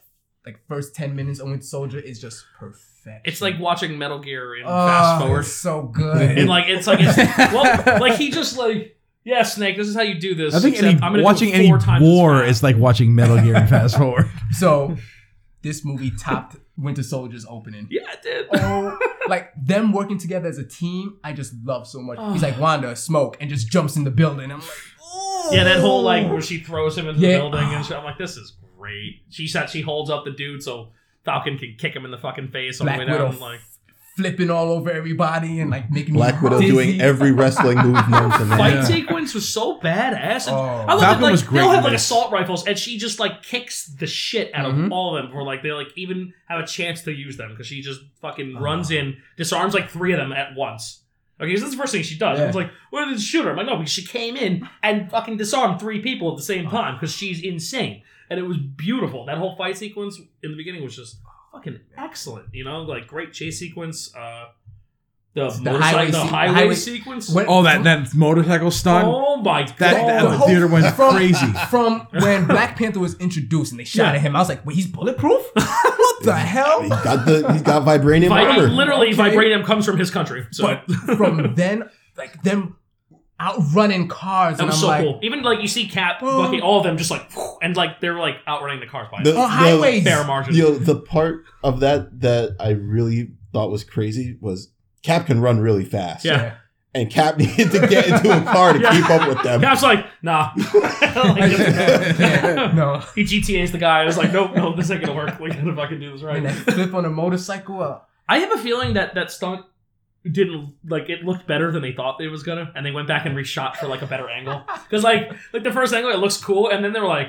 like first 10 minutes of Winter Soldier is just perfect.
it's like watching Metal Gear in
Oh,
fast forward,
it's so good.
and like it's like it's, well, like he just like yeah, Snake, this is how you do this.
I think
except
any,
I'm gonna do it
watching
four
any
times as
war
fast.
is like watching Metal Gear and fast forward.
so, this movie topped Winter Soldier's opening.
yeah, dude.
Oh, like them working together as a team, I just love so much. He's like Wanda, smoke, and just jumps in the building. I'm like, ooh.
Yeah, that whole like where she throws him into
Yeah.
the building and shit. I'm like, this is great. She said she holds up the dude so Falcon can kick him in the fucking face on the
Black
way
Widow
down. I'm like,
flipping all over everybody and like making
Black
me
Widow
dizzy.
doing every wrestling move known to
fight
man.
Yeah.
sequence was so badass. And
Oh.
I
Falcon
love that, like,
was great
They all
in
have like
this. Mm-hmm.
assault rifles, and she just like kicks the shit out
Mhm.
of all of them. Or like they like even have a chance to use them because she just
Ah.
fucking runs in, disarms like three of them at once. Okay, so this is the first thing she does.
Yeah.
I was like, "Where did the shooter?" I'm like, "No, because she came in and fucking disarmed three people at the
Ah.
same time because she's insane." And it was beautiful. That whole fight sequence in the beginning was just fucking excellent. You know, like great chase sequence. Uh, The,
The
motorcycle,
highway
highway, the
se-
highway,
highway-
sequence.
When-
All that that motorcycle stunt.
oh my
that
god!
that
Oh, the whole-
theater went
from-
crazy.
From when Black Panther was introduced and they shot
Yeah.
at him, I was like, wait, he's bulletproof? what the
He
hell?
got the he got vibranium
Vi-
armor.
literally,
Okay.
vibranium comes from his country. So
But from then, like them outrunning cars,
that
and
was
I'm
so
like,
cool. Even like you see Cap,
Oh.
Bucky, all of them just like and like they're like outrunning the cars by
The-
a
oh, highways.
fair margin.
You know, the part of that that I really thought was crazy was Cap can run really fast.
Yeah.
And Cap needed to get into a car to
Yeah.
keep up with them.
Cap's like, nah. Like,
Yeah, no.
he GTA's the guy. I was like, nope, no, this ain't gonna work. We gotta fucking do this right.
And that flip on a motorcycle. Uh,
I have a feeling that that stunt didn't like it looked better than they thought it was gonna, and they went back and reshot for like a better angle. Because like like the first angle, it looks cool, and then they were like,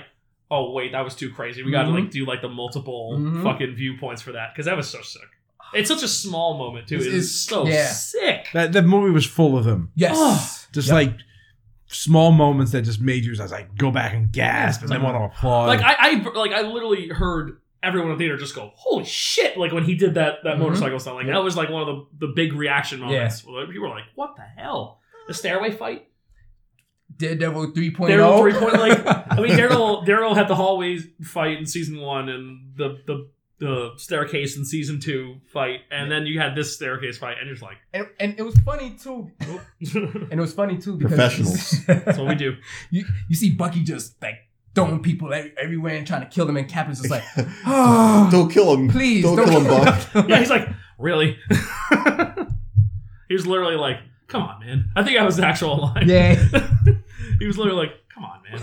oh wait, that was too crazy. We gotta
Mhm.
like do like the multiple
Mhm.
fucking viewpoints for that because that was so sick. It's such a small moment too.
This
It
is-
is so
yeah.
sick.
That that movie was full of them.
yes.
Just
Yep.
like small moments that just made you just like go back and gasp and then want to applaud.
Like I, I like I literally heard everyone in the theater just go, "Holy shit!" Like when he did that that
Mhm.
motorcycle stuff. Like that was like one of the the big reaction moments. Where people were like, "What the hell?" The stairway fight.
Daredevil oh. 3.0.
Daryl three point oh. like I mean Daryl Daryl had the hallways fight in season one and the the the staircase in season two fight and then you had this staircase fight and you're just like
and, and it was funny too.
that's
And it was funny too because
Professionals.
what we do.
You, you see Bucky just like throwing people ev- everywhere and trying to kill them, and Cap is just like, oh,
Don't kill him.
please,
don't, kill him, Buck.
Yeah, he's like, really? he was literally like, come on, man. I think I was the actual line.
Yeah.
he was literally like, come on, man.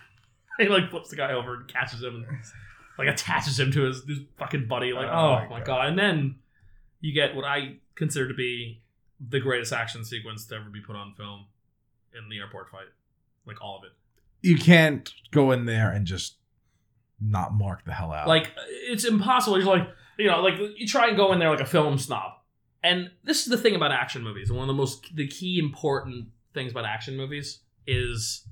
he like flips the guy over and catches him and like attaches him to his, his fucking buddy. Like, oh, my god. And then you get what I consider to be the greatest action sequence to ever be put on film in the airport fight. Like all of it.
you can't go in there and just not mark the hell out.
Like it's impossible. You're like you know, like you try and go in there like a film snob. And this is the thing about action movies. One of the most the key important things about action movies is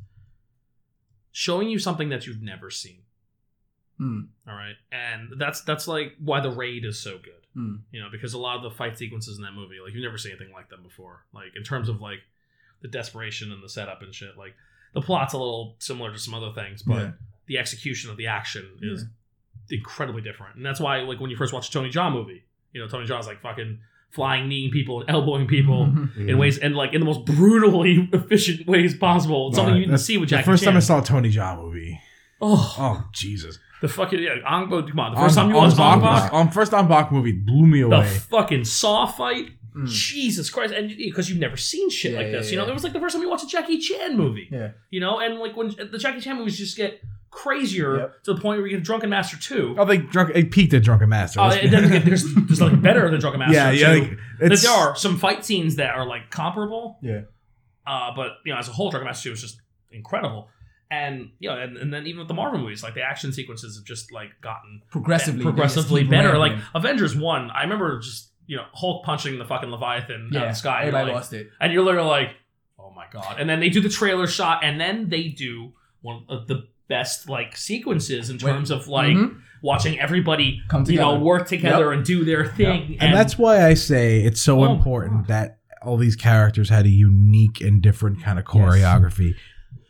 showing you something that you've never seen.
Hmm.
All right, and that's that's like why the raid is so good.
Hmm.
You know, because a lot of the fight sequences in that movie, like you've never seen anything like them before. Like in terms of like the desperation and the setup and shit. Like the plot's a little similar to some other things, but
Yeah.
the execution of the action is incredibly different. And that's why, like, when you first watch a Tony Jaa movie, you know, Tony Jaa's like fucking flying, kneeing people and elbowing people
Mm-hmm.
Mm-hmm.
in ways and like in the most brutally efficient ways possible. It's something
Alright,
you didn't
that's
see with
the
Jackie
first time I
Chan.
saw a Tony Jaa movie.
oh,
Oh Jesus!
the fucking yeah, Ongbo. Come on, the first
On-
time you
on
watched
Bach-
Ongbo,
on first on Bach movie blew me
the
away.
fucking Saw fight.
Hmm.
Mm.
Jesus Christ! And because you've never seen shit
Yeah,
like
yeah,
this, you know,
yeah.
it was like the first time you watched a Jackie Chan movie.
Yeah.
You know, and like when the Jackie Chan movies just get crazier
Yep.
to the point where you get Drunken Master Two.
oh, they drunk. It peaked at Drunken Master.
Oh,
Let's be-
it doesn't get, there's, there's nothing better than Drunken Master.
yeah, yeah.
too.
Like,
That
it's,
there are some fight scenes that are like comparable.
Yeah.
Uh, but you know, as a whole, Drunken Master Two is just incredible. And you know, and, and then even with the Marvel movies, like the action sequences have just like gotten
Progressively, they just
progressively
keep
better. Like
ramping.
Avengers One, I remember just you know Hulk punching the fucking Leviathan out
yeah,
of the sky. and you're
everybody
like-
lost it.
and you're literally like, "Oh my god!" And then they do the trailer shot, and then they do one of the best like sequences in
When-
terms of like
Mhm.
watching everybody
come
you
together.
know work together and do their thing.
and, that's why I say it's so
Oh,
important
God.
that all these characters had a unique and different kind of choreography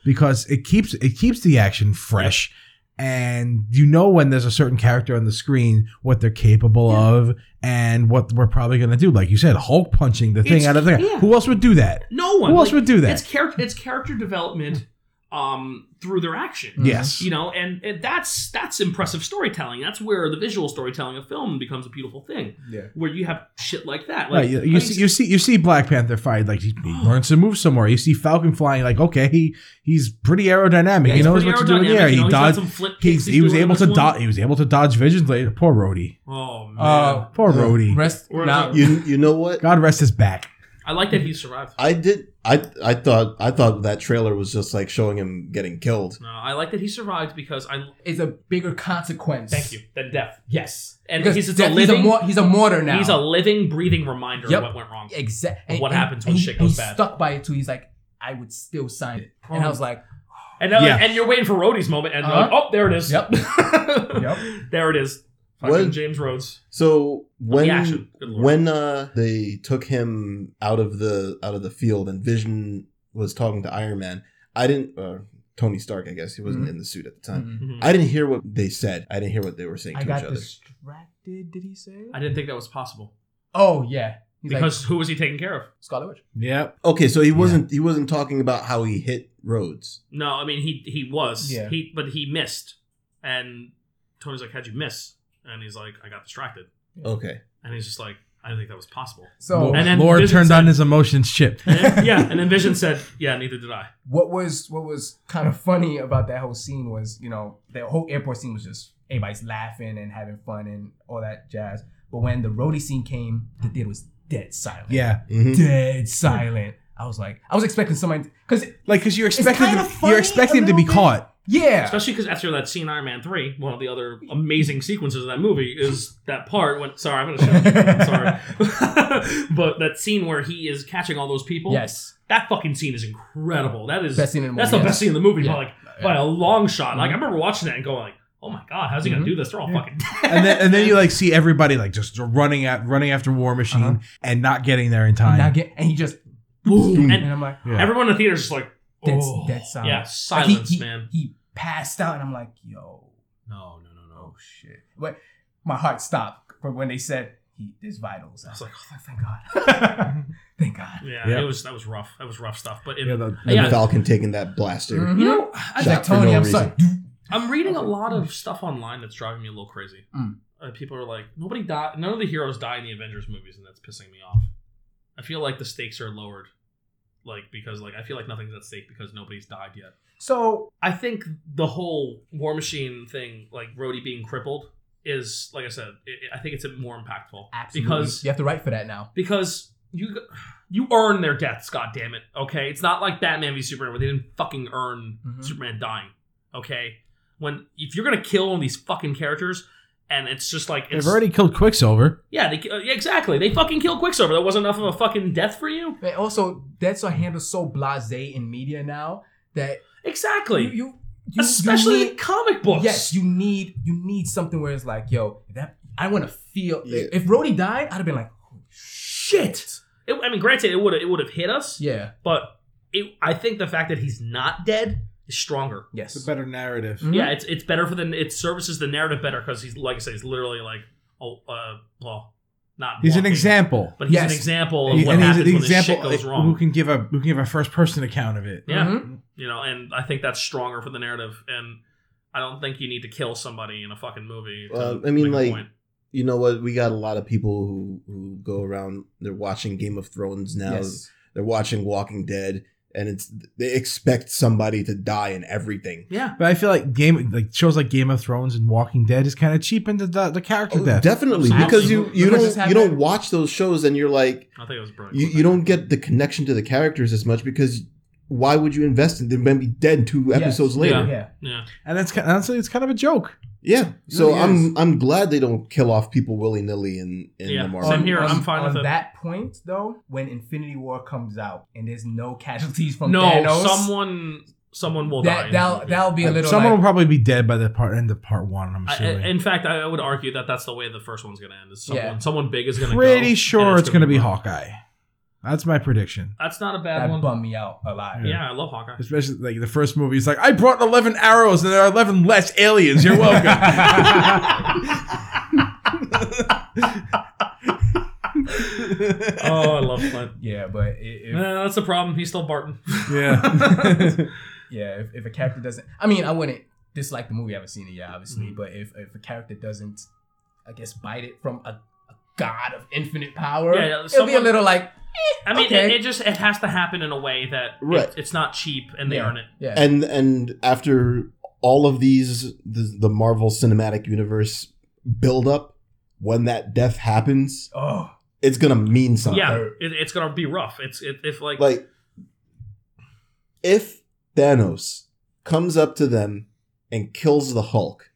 because it keeps it keeps the action fresh. And you know when there's a certain character on the screen what they're capable of and what we're probably gonna do. Like you said, Hulk punching the thing
It's-
out of the
yeah.
Who else would do that?
no one.
Who else
like,
would do that?
It's character. It's character development um, through their action.
yes.
You know, and, and that's that's impressive storytelling. That's where the visual storytelling of film becomes a beautiful thing,
Yeah.
where you have shit like that. Like
Right, you,
I
you
mean,
see, you see, you see Black Panther fight like he, he learns to move somewhere. You see Falcon flying like okay, he he's pretty aerodynamic. he
he's
knows
pretty
what to do in the
aerodynamic,
air.
you know,
He
he's got
dodged.
some flip
He,
kicks
he
he's
was
doing
able
in
to
this one.
dodge. He was able to dodge visions later. Poor Rhodey.
Oh man,
Uh,
Poor
Yeah.
Rhodey.
Rest
Or
now.
is
You you know what?
God rest his back.
I like that he survived.
I did I I thought I thought that trailer was just like showing him getting killed.
No, I like that he survived because I
Is a bigger consequence.
thank you than death.
Yes,
And
Because
he's, it's
that-
a living,
He's a, mor- he's a mortar now.
he's a living, breathing reminder
Yep.
of what went wrong.
exactly.
Of what happens when shit goes
he's
bad.
Stuck by it too. He's like, I would still sign it, and I was like,
And, then, like,
Yeah.
and you're waiting for Rhodey's moment, and you're
Uh-huh.
like, oh, there it is.
Yep.
Yep. there it is. Fucking
What-
James Rhodes.
So when
action. Good lord.
when uh, they took him out of the out of the field and Vision was talking to Iron Man, I didn't uh, Tony Stark, I guess he wasn't
Mhm.
in the suit at the time.
Mhm.
Mhm. I,
I didn't hear what they said. I didn't hear what they were saying
I
to each
got
other.
distracted. Did he say?
didn't think that was possible
Oh yeah, He's like,
because who was he taking care of?
Scarlet Witch.
Yep.
Okay, so he wasn't he wasn't talking about how he hit Rhodes.
No, I mean he he was
Yeah.
he but he missed, and Tony's like, "How'd you miss?" And he's like, "I got distracted,"
Okay,
and he's just like, "I didn't think that was possible."
So
And then
Lord
Vision
turned
said-
on his emotions chip.
And then- yeah, and then Vision said, "Yeah, neither did I."
what was what was kind of funny about that whole scene was you know the whole airport scene was just everybody's laughing and having fun and all that jazz. But when the roadie scene came, the theater was dead silent.
Yeah.
Mhm.
dead silent. I was like, I was expecting somebody because
Like, because you're expecting
kinda
him,
funny
you're expecting
a
him to be
little bit.
caught.
yeah,
Especially because after that scene, in Iron Man three, one of the other amazing sequences of that movie is that part when. Sorry, I'm gonna shut up. I'm sorry, but that scene where he is catching all those people.
yes,
that fucking scene is incredible. That is
best scene in the movie.
that's the
yes.
best scene in the movie,
Yeah.
but like by a long shot. Like I
Mhm.
remember watching that and going like, "Oh my god, how's he gonna
Mhm.
do this? They're all fucking dead."
and then and then you like see everybody like just running at running after War Machine
Uh-huh.
and not getting there in time.
And, I get, and he just
Boom.
and
And
I'm like,
Mm. Yeah.
everyone in the theater's just like,
Dead-
"Oh."
dead silence.
Yeah,
Like,
silence,
he, he,
man.
He passed out, and I'm like, yo,
No, no, no, no.
oh shit. But my heart stopped from when they said he his vitals. I was like, oh thank God, thank God.
Yeah,
Yeah.
it was that was rough. That was rough stuff. But it,
Yeah, the-
And
Yeah.
Falcon taking that blaster.
Mhm.
you know,
He's
I,
Shot
like,
for
Tony,
no
I'm
reason.
sorry.
I'm reading a lot of stuff online that's driving me a little crazy.
Mm.
Uh, people are like, nobody died. None of the heroes die in the Avengers movies, and that's pissing me off. I feel like the stakes are lowered, like because like I feel like nothing's at stake because nobody's died yet.
So
I think the whole War Machine thing, like Rhodey being crippled, is like I said. It, I think it's more impactful
absolutely,
because
you have to write for that now.
because you you earn their deaths. God damn it. Okay, it's not like Batman v Superman where they didn't fucking earn
Mhm.
Superman dying. Okay, when if you're gonna kill all these fucking characters and it's just like it's,
They've already killed Quicksilver.
yeah, they, uh, yeah exactly they fucking killed Quicksilver. That wasn't enough of a fucking death for you.
But also, that's a handle so blasé in media now that you
Exactly,
you, you- you
especially
need-
in comic books.
Yes, you need you need something where it's like, yo, that I want to feel.
Yeah.
If Rhodey died, I'd have been like, holy shit.
It- I mean, granted, it would it would have hit us.
Yeah.
but it, I think the fact that he's not dead is stronger.
Yes.
better narrative.
Mhm.
Yeah, it's it's better for the it services the narrative better because he's like I say, he's literally like oh uh well, not
He's an
walking,
example.
but he's
Yes.
an example of
He-
what
and he's
happens
an
when
example
this shit goes
who
wrong.
can give a who can give a first person account of it.
Yeah,
Mhm.
you know, and I think that's stronger for the narrative. And I don't think you need to kill somebody in a fucking movie. to
Well, I mean,
make a
like,
point.
You know what? We got a lot of people who who go around. They're watching Game of Thrones now.
Yes.
They're watching Walking Dead, and it's they expect somebody to die in everything.
yeah,
But I feel like game like shows like Game of Thrones and Walking Dead is kind of cheapened the, the, the character
Oh,
death.
definitely,
Absolutely.
because you you
Look what just
don't you don't
happened.
watch those shows, and you're like
I think it was brilliant.
you, you don't get the connection to the characters as much because why would you invest in them and be dead two
Yes.
episodes later?
Yeah.
yeah,
and that's kind honestly it's kind of a joke.
Yeah. So
really
I'm
is.
I'm glad they don't kill off people willy nilly in in
Yeah.
the Marvel.
Same here, I'm fine
on
with it.
that point, though, when Infinity War comes out and there's no casualties from
no,
Thanos,
someone someone will die.
that
in the
that'll,
movie.
that'll be a little.
Someone
like,
will probably be dead by the part end of part one. I'm
I,
assuming.
I- in fact, I I would argue that that's the way the first one's going to end. Is someone,
Yeah.
someone big is going to
Pretty sure it's going to be Hawkeye. That's my prediction.
That's not a bad
that
one.
bummed me out a lot.
Yeah. I love Hawkeye.
Especially like the first movie, he's like, "I brought eleven arrows, and there are eleven less aliens. You're welcome."
oh, I love Clint.
Yeah, but it, if,
Nah, that's the problem. He's still Barton.
yeah.
yeah, if, if a character doesn't, I mean, I wouldn't dislike the movie. I haven't seen it yet, obviously,
Mhm.
but if if a character doesn't, I guess bite it from a, a god of infinite power,
Yeah, yeah,
it'll be a
someone-
little like
I mean,
Okay.
it, it just it has to happen in a way that it-
Right.
it's not cheap and they
yeah,
earn it.
Yeah,
and and after all of these the, the marvel cinematic universe build up when that death happens
oh,
it's gonna mean something
Yeah,
Or-
it, it's gonna be rough. It's it, if like,
like if thanos comes up to them and kills the hulk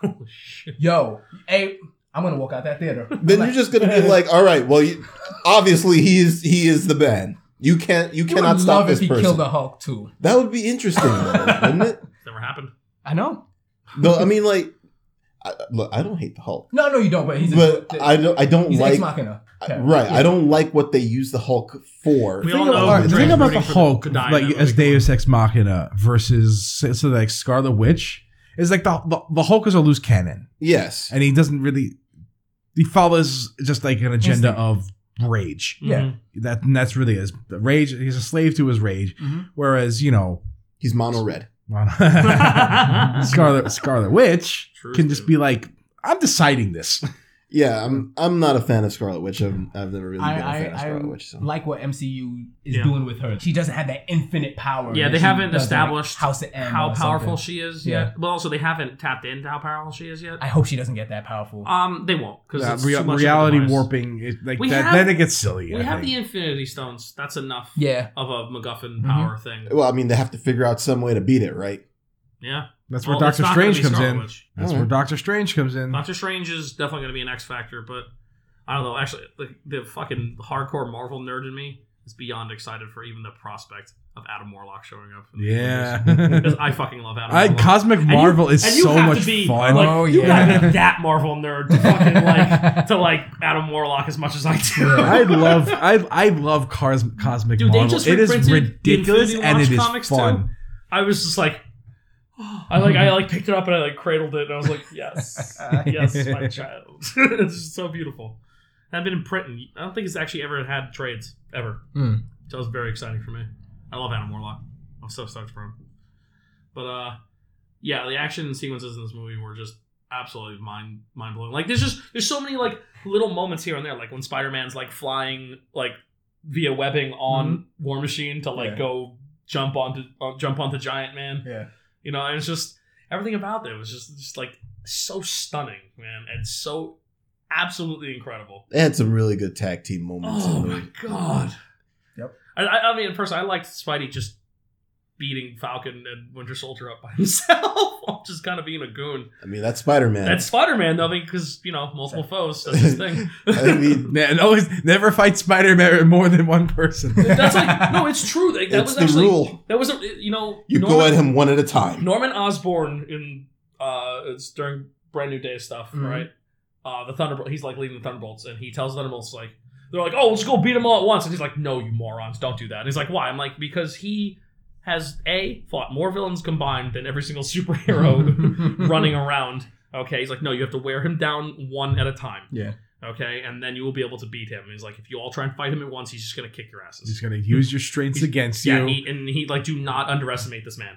holy shit.
yo, hey, I'm gonna walk out that theater.
then you're just gonna be like all right well you, obviously he is he is the man you can't you
you
cannot
would
stop
love
this
if he
person
killed the Hulk too.
that would be interesting though, wouldn't it
It's never happened.
I know.
No, I mean like I, look, I don't hate the Hulk,
No, no, you don't. But he's
but I don't. I don't
he's
like.
Ex Machina.
I- right. I don't like what they use the Hulk for.
We
The
all
thing
know
about, the
Drake
thing about the
rooting for
Hulk,
to die in
like
that
as
movie.
Deus Ex Machina versus so like Scarlet Witch, is like the, the the Hulk is a loose cannon,
yes.
and he doesn't really he follows just like an agenda
Instinct.
of rage.
Mhm.
Yeah.
That and that's really his rage. He's a slave to his rage.
Mm-hmm.
Mhm.
Whereas you know,
He's mono red.
Scarlet Scarlet Witch
Mm-hmm. True,
can just
dude.
be like, I'm deciding this.
Yeah, I'm. I'm not a fan of Scarlet Witch. I've, I've never really
I-
been a fan
I-
of
I
Scarlet Witch. So.
Like what MCU is
Yeah.
doing with her. She doesn't have that infinite power.
Yeah,
that
they
she
haven't
does in, like,
established
House of M
how
"Oh,
or
powerful
something.
she is
Yeah.
yet. Well, also they haven't tapped into how powerful she is yet.
I hope she doesn't get that powerful.
Um, they won't because
That Uh, rea- reality warping, it, like
We
that,
have-
then it gets silly.
We
I
have
think.
the Infinity Stones. That's enough
yeah.
of a MacGuffin
Mm-hmm.
Mhm.
power thing.
well, I mean, they have to figure out some way to beat it, right?
Yeah,
that's where
Well, it's
Doctor
not gonna
Strange
be
comes
Scarlet
in.
Witch.
That's
Alright.
where Doctor Strange comes in.
Doctor Strange is definitely going to be an X factor, but I don't know. Actually, the, the fucking hardcore Marvel nerd in me is beyond excited for even the prospect of Adam Warlock showing up. in the movies.
Yeah.
because I fucking love Adam.
I,
Warlock.
Cosmic
you-
Marvel is
and you
so
have
much
to be,
fun.
Like,
Oh,
you
yeah.
gotta be that Marvel nerd to fucking like to like Adam Warlock as much as I do.
I love I I love Cos- Cosmic
Dude, they
Marvel.
just
It is
reprinted
ridiculous
the Infinity
and it
Watch
is
comics, too.
fun.
I was just like, I like I like picked it up and I like cradled it and I was like, yes, yes, my child. it's just so beautiful. And I've been in print and I don't think it's actually ever had trades ever.
Hmm.
So that was very exciting for me. I love Adam Warlock. I'm so stoked for him. But uh, yeah, the action sequences in this movie were just absolutely mind mind blowing. Like there's just there's so many like little moments here and there, like when Spider Man's like flying like via webbing on War Machine to like
Hmm. Yeah.
go jump onto uh, jump onto Giant Man.
Yeah.
You know, and it's just everything about it was just just like so stunning, man, and so absolutely incredible.
They had some really good tag team moments.
Oh
in there.
my god.
Yep.
I, I I mean, personally, I liked Spidey just beating Falcon and Winter Soldier up by himself, while just kind of being a goon.
I mean, that's Spider Man.
That's Spider Man, though, because you know multiple foes. That's his thing.
I mean,
Man, always never fight Spider Man with more than one person.
that's like no, it's true. Like, that
it's
was
the
actually
rule.
that was a, you know
You go at him one at a time.
Norman Osborn in uh it's during Brand New Day stuff,
Mhm.
right? Uh the Thunderbolt he's like leading the Thunderbolts and he tells Thunderbolts like they're like, Oh, let's go beat him all at once and he's like, No, you morons, don't do that. And he's like, Why? I'm like, because he has A fought more villains combined than every single superhero running around. Okay, he's like, No, you have to wear him down one at a time.
Yeah.
Okay, and then you will be able to beat him. And he's like, if you all try and fight him at once, he's just gonna kick your asses.
He's gonna use your strengths against
Yeah,
you.
and he, and he like do not underestimate this man.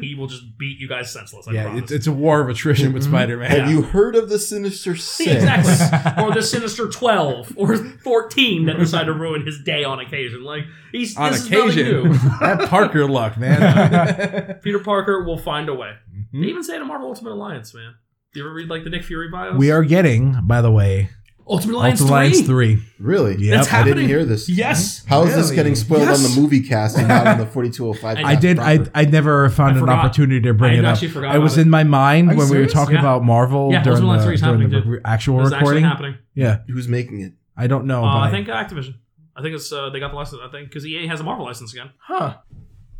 he will just beat you guys senseless. I
yeah,
promise.
it's, it's a war of attrition with
Mhm.
Spider Man.
Have you heard of the Sinister Six?
exactly. or the sinister twelve or fourteen that decide to ruin his day on occasion. Like he's
On
this is
occasion,
nothing
that Parker luck, man.
new. Peter Parker will find a way. They
Mhm.
even say it in Marvel Ultimate Alliance, man. Do you ever read like the Nick Fury bios?
we are getting, by the way,
Ultimate Alliance,
Ultimate
3.
Alliance three.
Really?
Yep.
It's
I didn't
happening.
hear this.
Yes.
How is this
Really?
getting spoiled on
Yes.
the movie cast and not on the 4205?
I
I did. I, I never found
I
an
forgot.
opportunity to bring
I
it up.
actually forgot
I was
about
in my mind
Are you
when we were
serious?
talking
Yeah.
about Marvel
Yeah,
during
Ultimate
the,
Alliance 3 is
during the
happening,
re- actual
It's actually
recording. Oh,
happening.
Yeah,
Who's making it?
I don't know.
uh,
but
I think Activision. I think it's uh, they got the license. I think because EA has a Marvel license again.
Huh.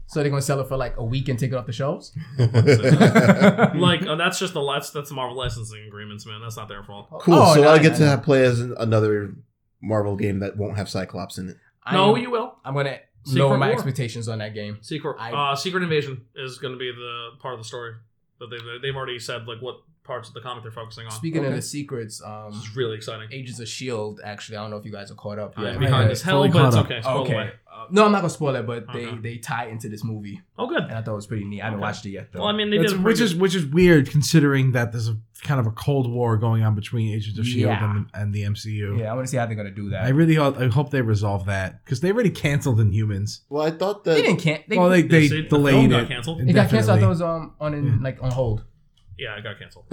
So they're gonna sell it for like a week and take it off the shelves?
like uh, that's just the that's that's the Marvel licensing agreements, man. That's not their fault.
cool.
Oh,
so
no,
I
no,
get to
no.
have play as another Marvel game that won't have Cyclops in it.
I
no,
am-
you will.
I'm gonna
Secret
lower my
War.
expectations on that game.
Secret
I-
uh, Secret Invasion is going to be the part of the story that they they've already said like what parts of the comic they're focusing on.
Speaking of
Okay.
the secrets,
this
um,
is Uh, really exciting.
Agents of Shield. Actually, I don't know if you guys are caught up.
I'm
yet.
behind
yeah,
as
it's
hell,
fully
but it's
caught up.
okay. Spoil
Okay.
away.
Uh, no, I'm not gonna spoil it, but
Okay.
they they tie into this movie,
Oh, good.
and I thought it was pretty neat. I haven't
Okay.
watched it yet though.
Well, I mean, they
That's-
did a
which
pretty
is which is weird considering that there's a kind of a cold war going on between Agents of Shield
Yeah.
E and, the, and the MCU.
yeah, I want to see how they're gonna do that.
I really ho- I hope they resolve that because they already canceled Inhumans.
Well, I thought
they
that
didn't can. They,
well, they
They
they
said the film
delayed
got
it.
canceled.
it got canceled. I thought
indefinitely.
it was um on in,
Yeah.
like on hold.
yeah, it got canceled.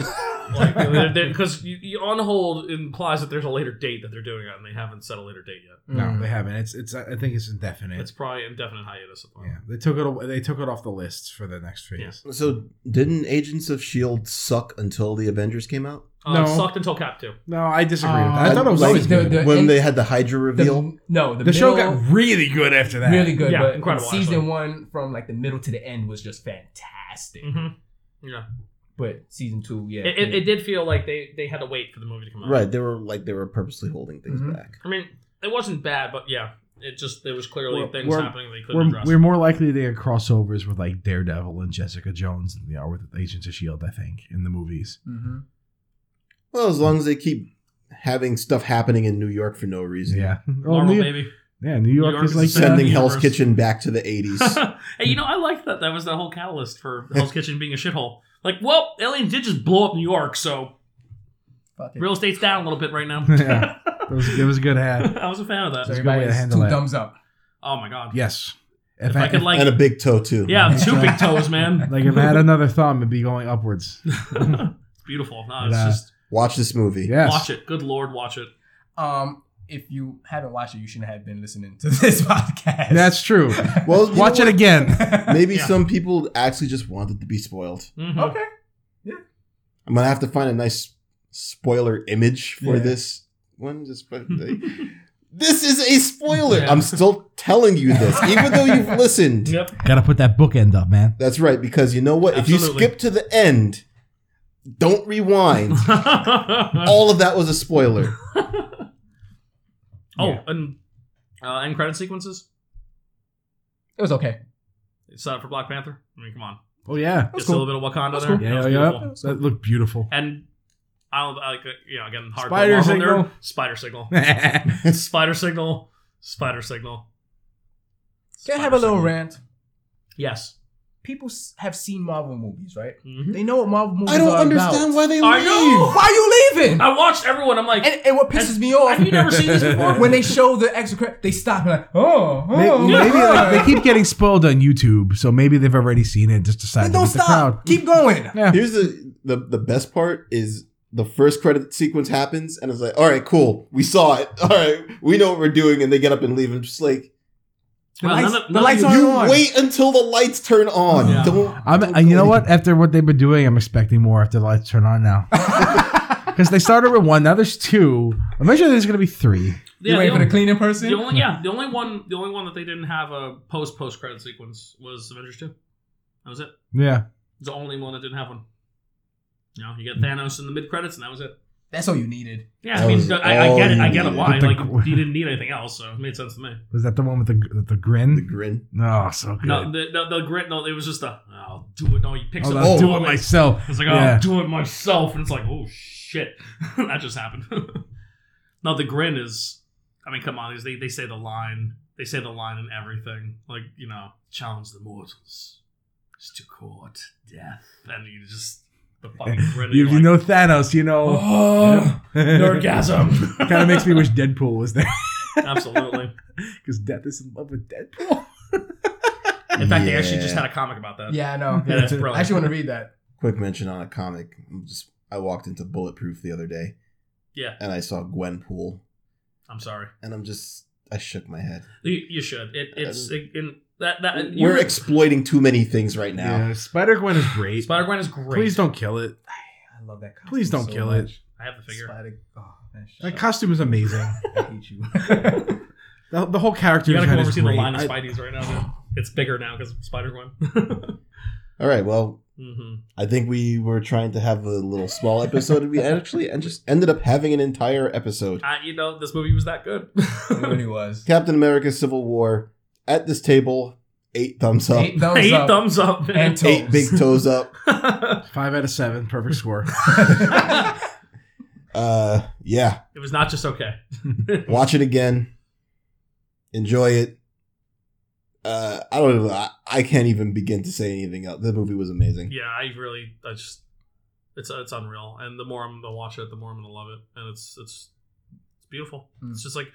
like because you, you on hold implies that there's a later date that they're doing it, and they haven't set a later date yet.
No,
Mm.
they haven't. It's it's. I think it's indefinite.
It's probably indefinite hiatus. At the
Mm. yeah,
moment.
they took it. aw- They took it off the lists for the next phase.
so didn't Agents of Shield E suck until the Avengers came out?
Uh,
No.
sucked until Cap two.
No, I disagree with that. I
Uh,
thought it was
like,
always
the-
good.
the-
when
in-
they had the Hydra reveal.
The, no, the,
the show
middle-
got really good after that.
really good,
Yeah,
but
incredible,
season
actually.
one from like the middle to the end was just fantastic.
Mm-hmm. Yeah,
But season two, yeah,
It, it, it did feel like they, they had to wait for the movie to come out.
Right. They were like they were purposely holding things
Mhm.
back.
I mean, it wasn't bad, but yeah, it just there was clearly
We're-
things
we're-
happening they couldn't
We're,
address.
we're more likely to get crossovers with like Daredevil and Jessica Jones, you know, with Agents of Shield. I think in the movies.
hmm
Well, as long as they keep
Keep having stuff happening in New York for no reason.
Yeah, Well,
Marvel,
New-
baby.
yeah, New York,
York
is
is
like
the center.
that.
Sending Hell's
Universe.
Kitchen back to the 80s.
hey, you know, I like that. That was the whole catalyst for Hell's Kitchen being a shithole. Like, well, aliens did just blow up New York, so
Fuck it.
real estate's down a little bit right now.
Yeah. It was, it was a good hat.
I was a fan of
so
that.
That's a good way to
everybody has
handle
two
that.
thumbs up.
Oh my god.
Yes.
If I could like,
and a big toe, too.
yeah, two big toes, man.
like if I had another thumb, it'd be going upwards.
it's beautiful. No, it's
Nah.
just
Watch this movie.
Yes.
watch it. Good lord, watch it.
Um, if you haven't watched it, you shouldn't have been listening to this podcast.
That's true.
Well, you
Watch
know
it again.
what? Maybe
Yeah.
some people actually just wanted to be spoiled.
Mhm.
okay.
I'm gonna have to find a nice spoiler image for
Yeah.
this one. Just but this is a spoiler.
Yeah.
I'm still telling you this, even though you've listened.
Yep.
Gotta put that bookend up, man.
That's right, because you know what? If you
Absolutely.
skip to the end, don't rewind.
oh,
All of that was a spoiler.
Yeah.
Oh, and uh, end credit sequences.
It was okay.
It's set up for Black Panther. I mean, come on.
Oh yeah.
Just
cool.
a little bit of Wakanda
That's
there.
cool.
That
Yeah,
was
yeah.
beautiful.
That looked beautiful.
And I'll I like uh, you know again hard
Spider signal.
Spider signal.
yeah,
spider signal. Spider signal.
Can I
Spider
have a little
signal.
rant?
Yes.
People s- have seen Marvel movies, right?
Mhm.
They know what Marvel movies
I don't
are
understand
about.
why they
I
leave.
know!
Why are you leaving?
I watched everyone. I'm like,
And, and what pisses me off,
have you never seen this before?
when they show Oh. the extra credit, they stop and like, oh, oh,
May-
oh.
Maybe, like, they keep getting spoiled on YouTube, so maybe they've already seen it. Just
Then
decided to
don't
beat the crowd.
stop. Keep going.
yeah,
Here's the, the the best part is the first credit sequence happens, and it's like, all right, cool, we saw it. All right, we know what we're doing, and they get up and leave, and just like.
The
Well,
lights,
none of-
the
none of
lights
you-
aren't
You
on.
wait until the lights turn on.
Yeah.
Don't.
I'm.
don't
uh, you
go
know
in.
what? After what they've been doing, I'm expecting more. After the lights turn on now, because they started with one. Now there's two. Eventually, there's gonna be three.
You
yeah,
wait
the,
for the
only,
cleaning person.
the only- yeah, the only one, the only one that they didn't have a post post credit sequence was Avengers Two. That was it.
Yeah.
It's the only one that didn't have one. You know, you got Thanos in the mid credits, and that was it.
That's all you needed.
Yeah,
That
I mean,
was
I, I
all
get it. I
you
get it.
needed.
Why?
But the-
Like, you didn't need anything else, so it made sense to me.
Was that the one with the with the grin?
The grin.
No, so good.
No, the, the, the grit. No, it was just the. I'll do it. No, he picks
Oh,
up.
I'll
the
do it
toilet.
myself.
It's like oh,
Yeah.
I'll do it myself, and it's like, oh shit, that just happened. no, the grin is. I mean, come on, they they say the line. They say the line in everything. Like you know, challenge the mortals. It's to court death, and you just the fucking grin.
You,
you're
you
like,
know Thanos. You know.
Oh,
orgasm.
kind of makes me wish Deadpool was there
Absolutely.
because Death is in love with Deadpool.
In fact, they actually just
Yeah.
had a comic about that.
yeah, I know.
Yeah, that's
I
brilliant.
actually want to read that.
Quick mention on a comic. I'm just. I walked into Bulletproof the other day,
yeah,
and I saw Gwenpool,
I'm sorry.
and I'm just. I shook my head.
You, you should. It, it's it, in, that that Uh, you-
We're exploiting too many things right now.
Spider Gwen is great.
Spider Gwen is great.
Please don't kill it.
I love that. Costume
Please don't
so
kill
much.
it.
I have the figure.
Spider- oh, man, shut
That
up.
costume is amazing.
I hate you.
The, the whole character
You gotta
design
come over
is
see the
great.
line of
I-
Spideys right now. Dude. It's bigger now because Spider Gwen.
All right. Well,
hmm
I think we were trying to have a little small episode, and we actually and just ended up having an entire episode.
I, you know, this movie was that good.
it really was.
Captain America: Civil War. At this table, eight thumbs up,
Eight thumbs
Eight
up
thumbs up, man.
and
eight big toes up.
it
Five out of seven, perfect score.
Uh, yeah.
was not just okay.
watch it again enjoy it uh i don't know I, I can't even begin to say anything else the movie was amazing
Yeah, I really, I just, it's it's unreal. And the more I'm gonna watch it, the more I'm gonna love it. And it's it's it's beautiful.
Mm.
It's just like,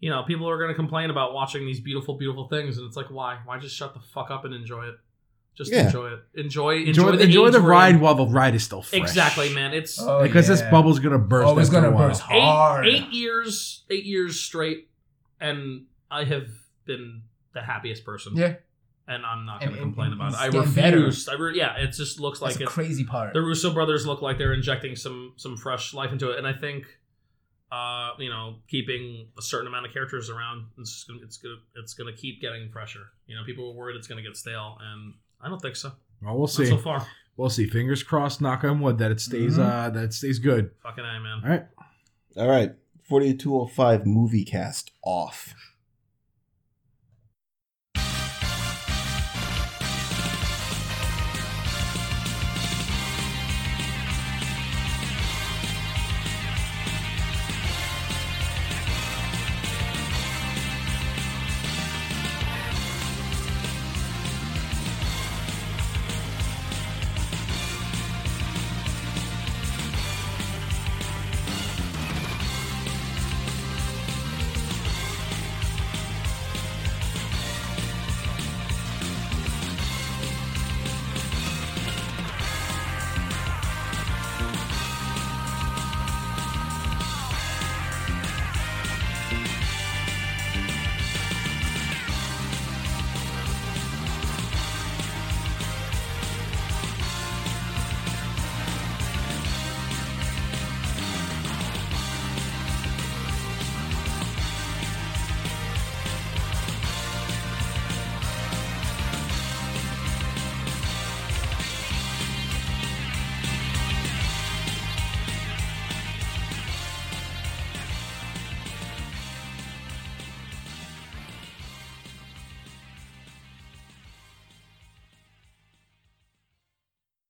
you know, people are gonna complain about watching these beautiful, beautiful things, and it's like, why? Why just shut the fuck up and enjoy it? Just
Yeah.
enjoy it. Enjoy
enjoy
enjoy,
enjoy the,
the, age we're in.
ride while the ride is still fresh.
Exactly, man. It's
Oh,
because this
yeah.
bubble's gonna burst.
Oh, it's
after a
gonna
while.
burst
eight,
hard.
eight years eight years straight and i have been the happiest person
Yeah.
and i'm not going
And-
to
and-
complain
and
about it
it's
i
getting better.
refuse i re- yeah it just looks
That's
like
the
it
crazy part.
the russo brothers look like they're injecting some some fresh life into it and i think uh you know keeping a certain amount of characters around it's just gonna it's gonna it's gonna keep getting fresher you know people were worried it's gonna get stale and i don't think so
Well, we'll
Not
see.
so far.
we'll see. Fingers crossed. Knock on wood that it stays.
Mhm.
Uh, that it stays good.
Fucking I, man.
All right.
All right. 4205 movie cast off.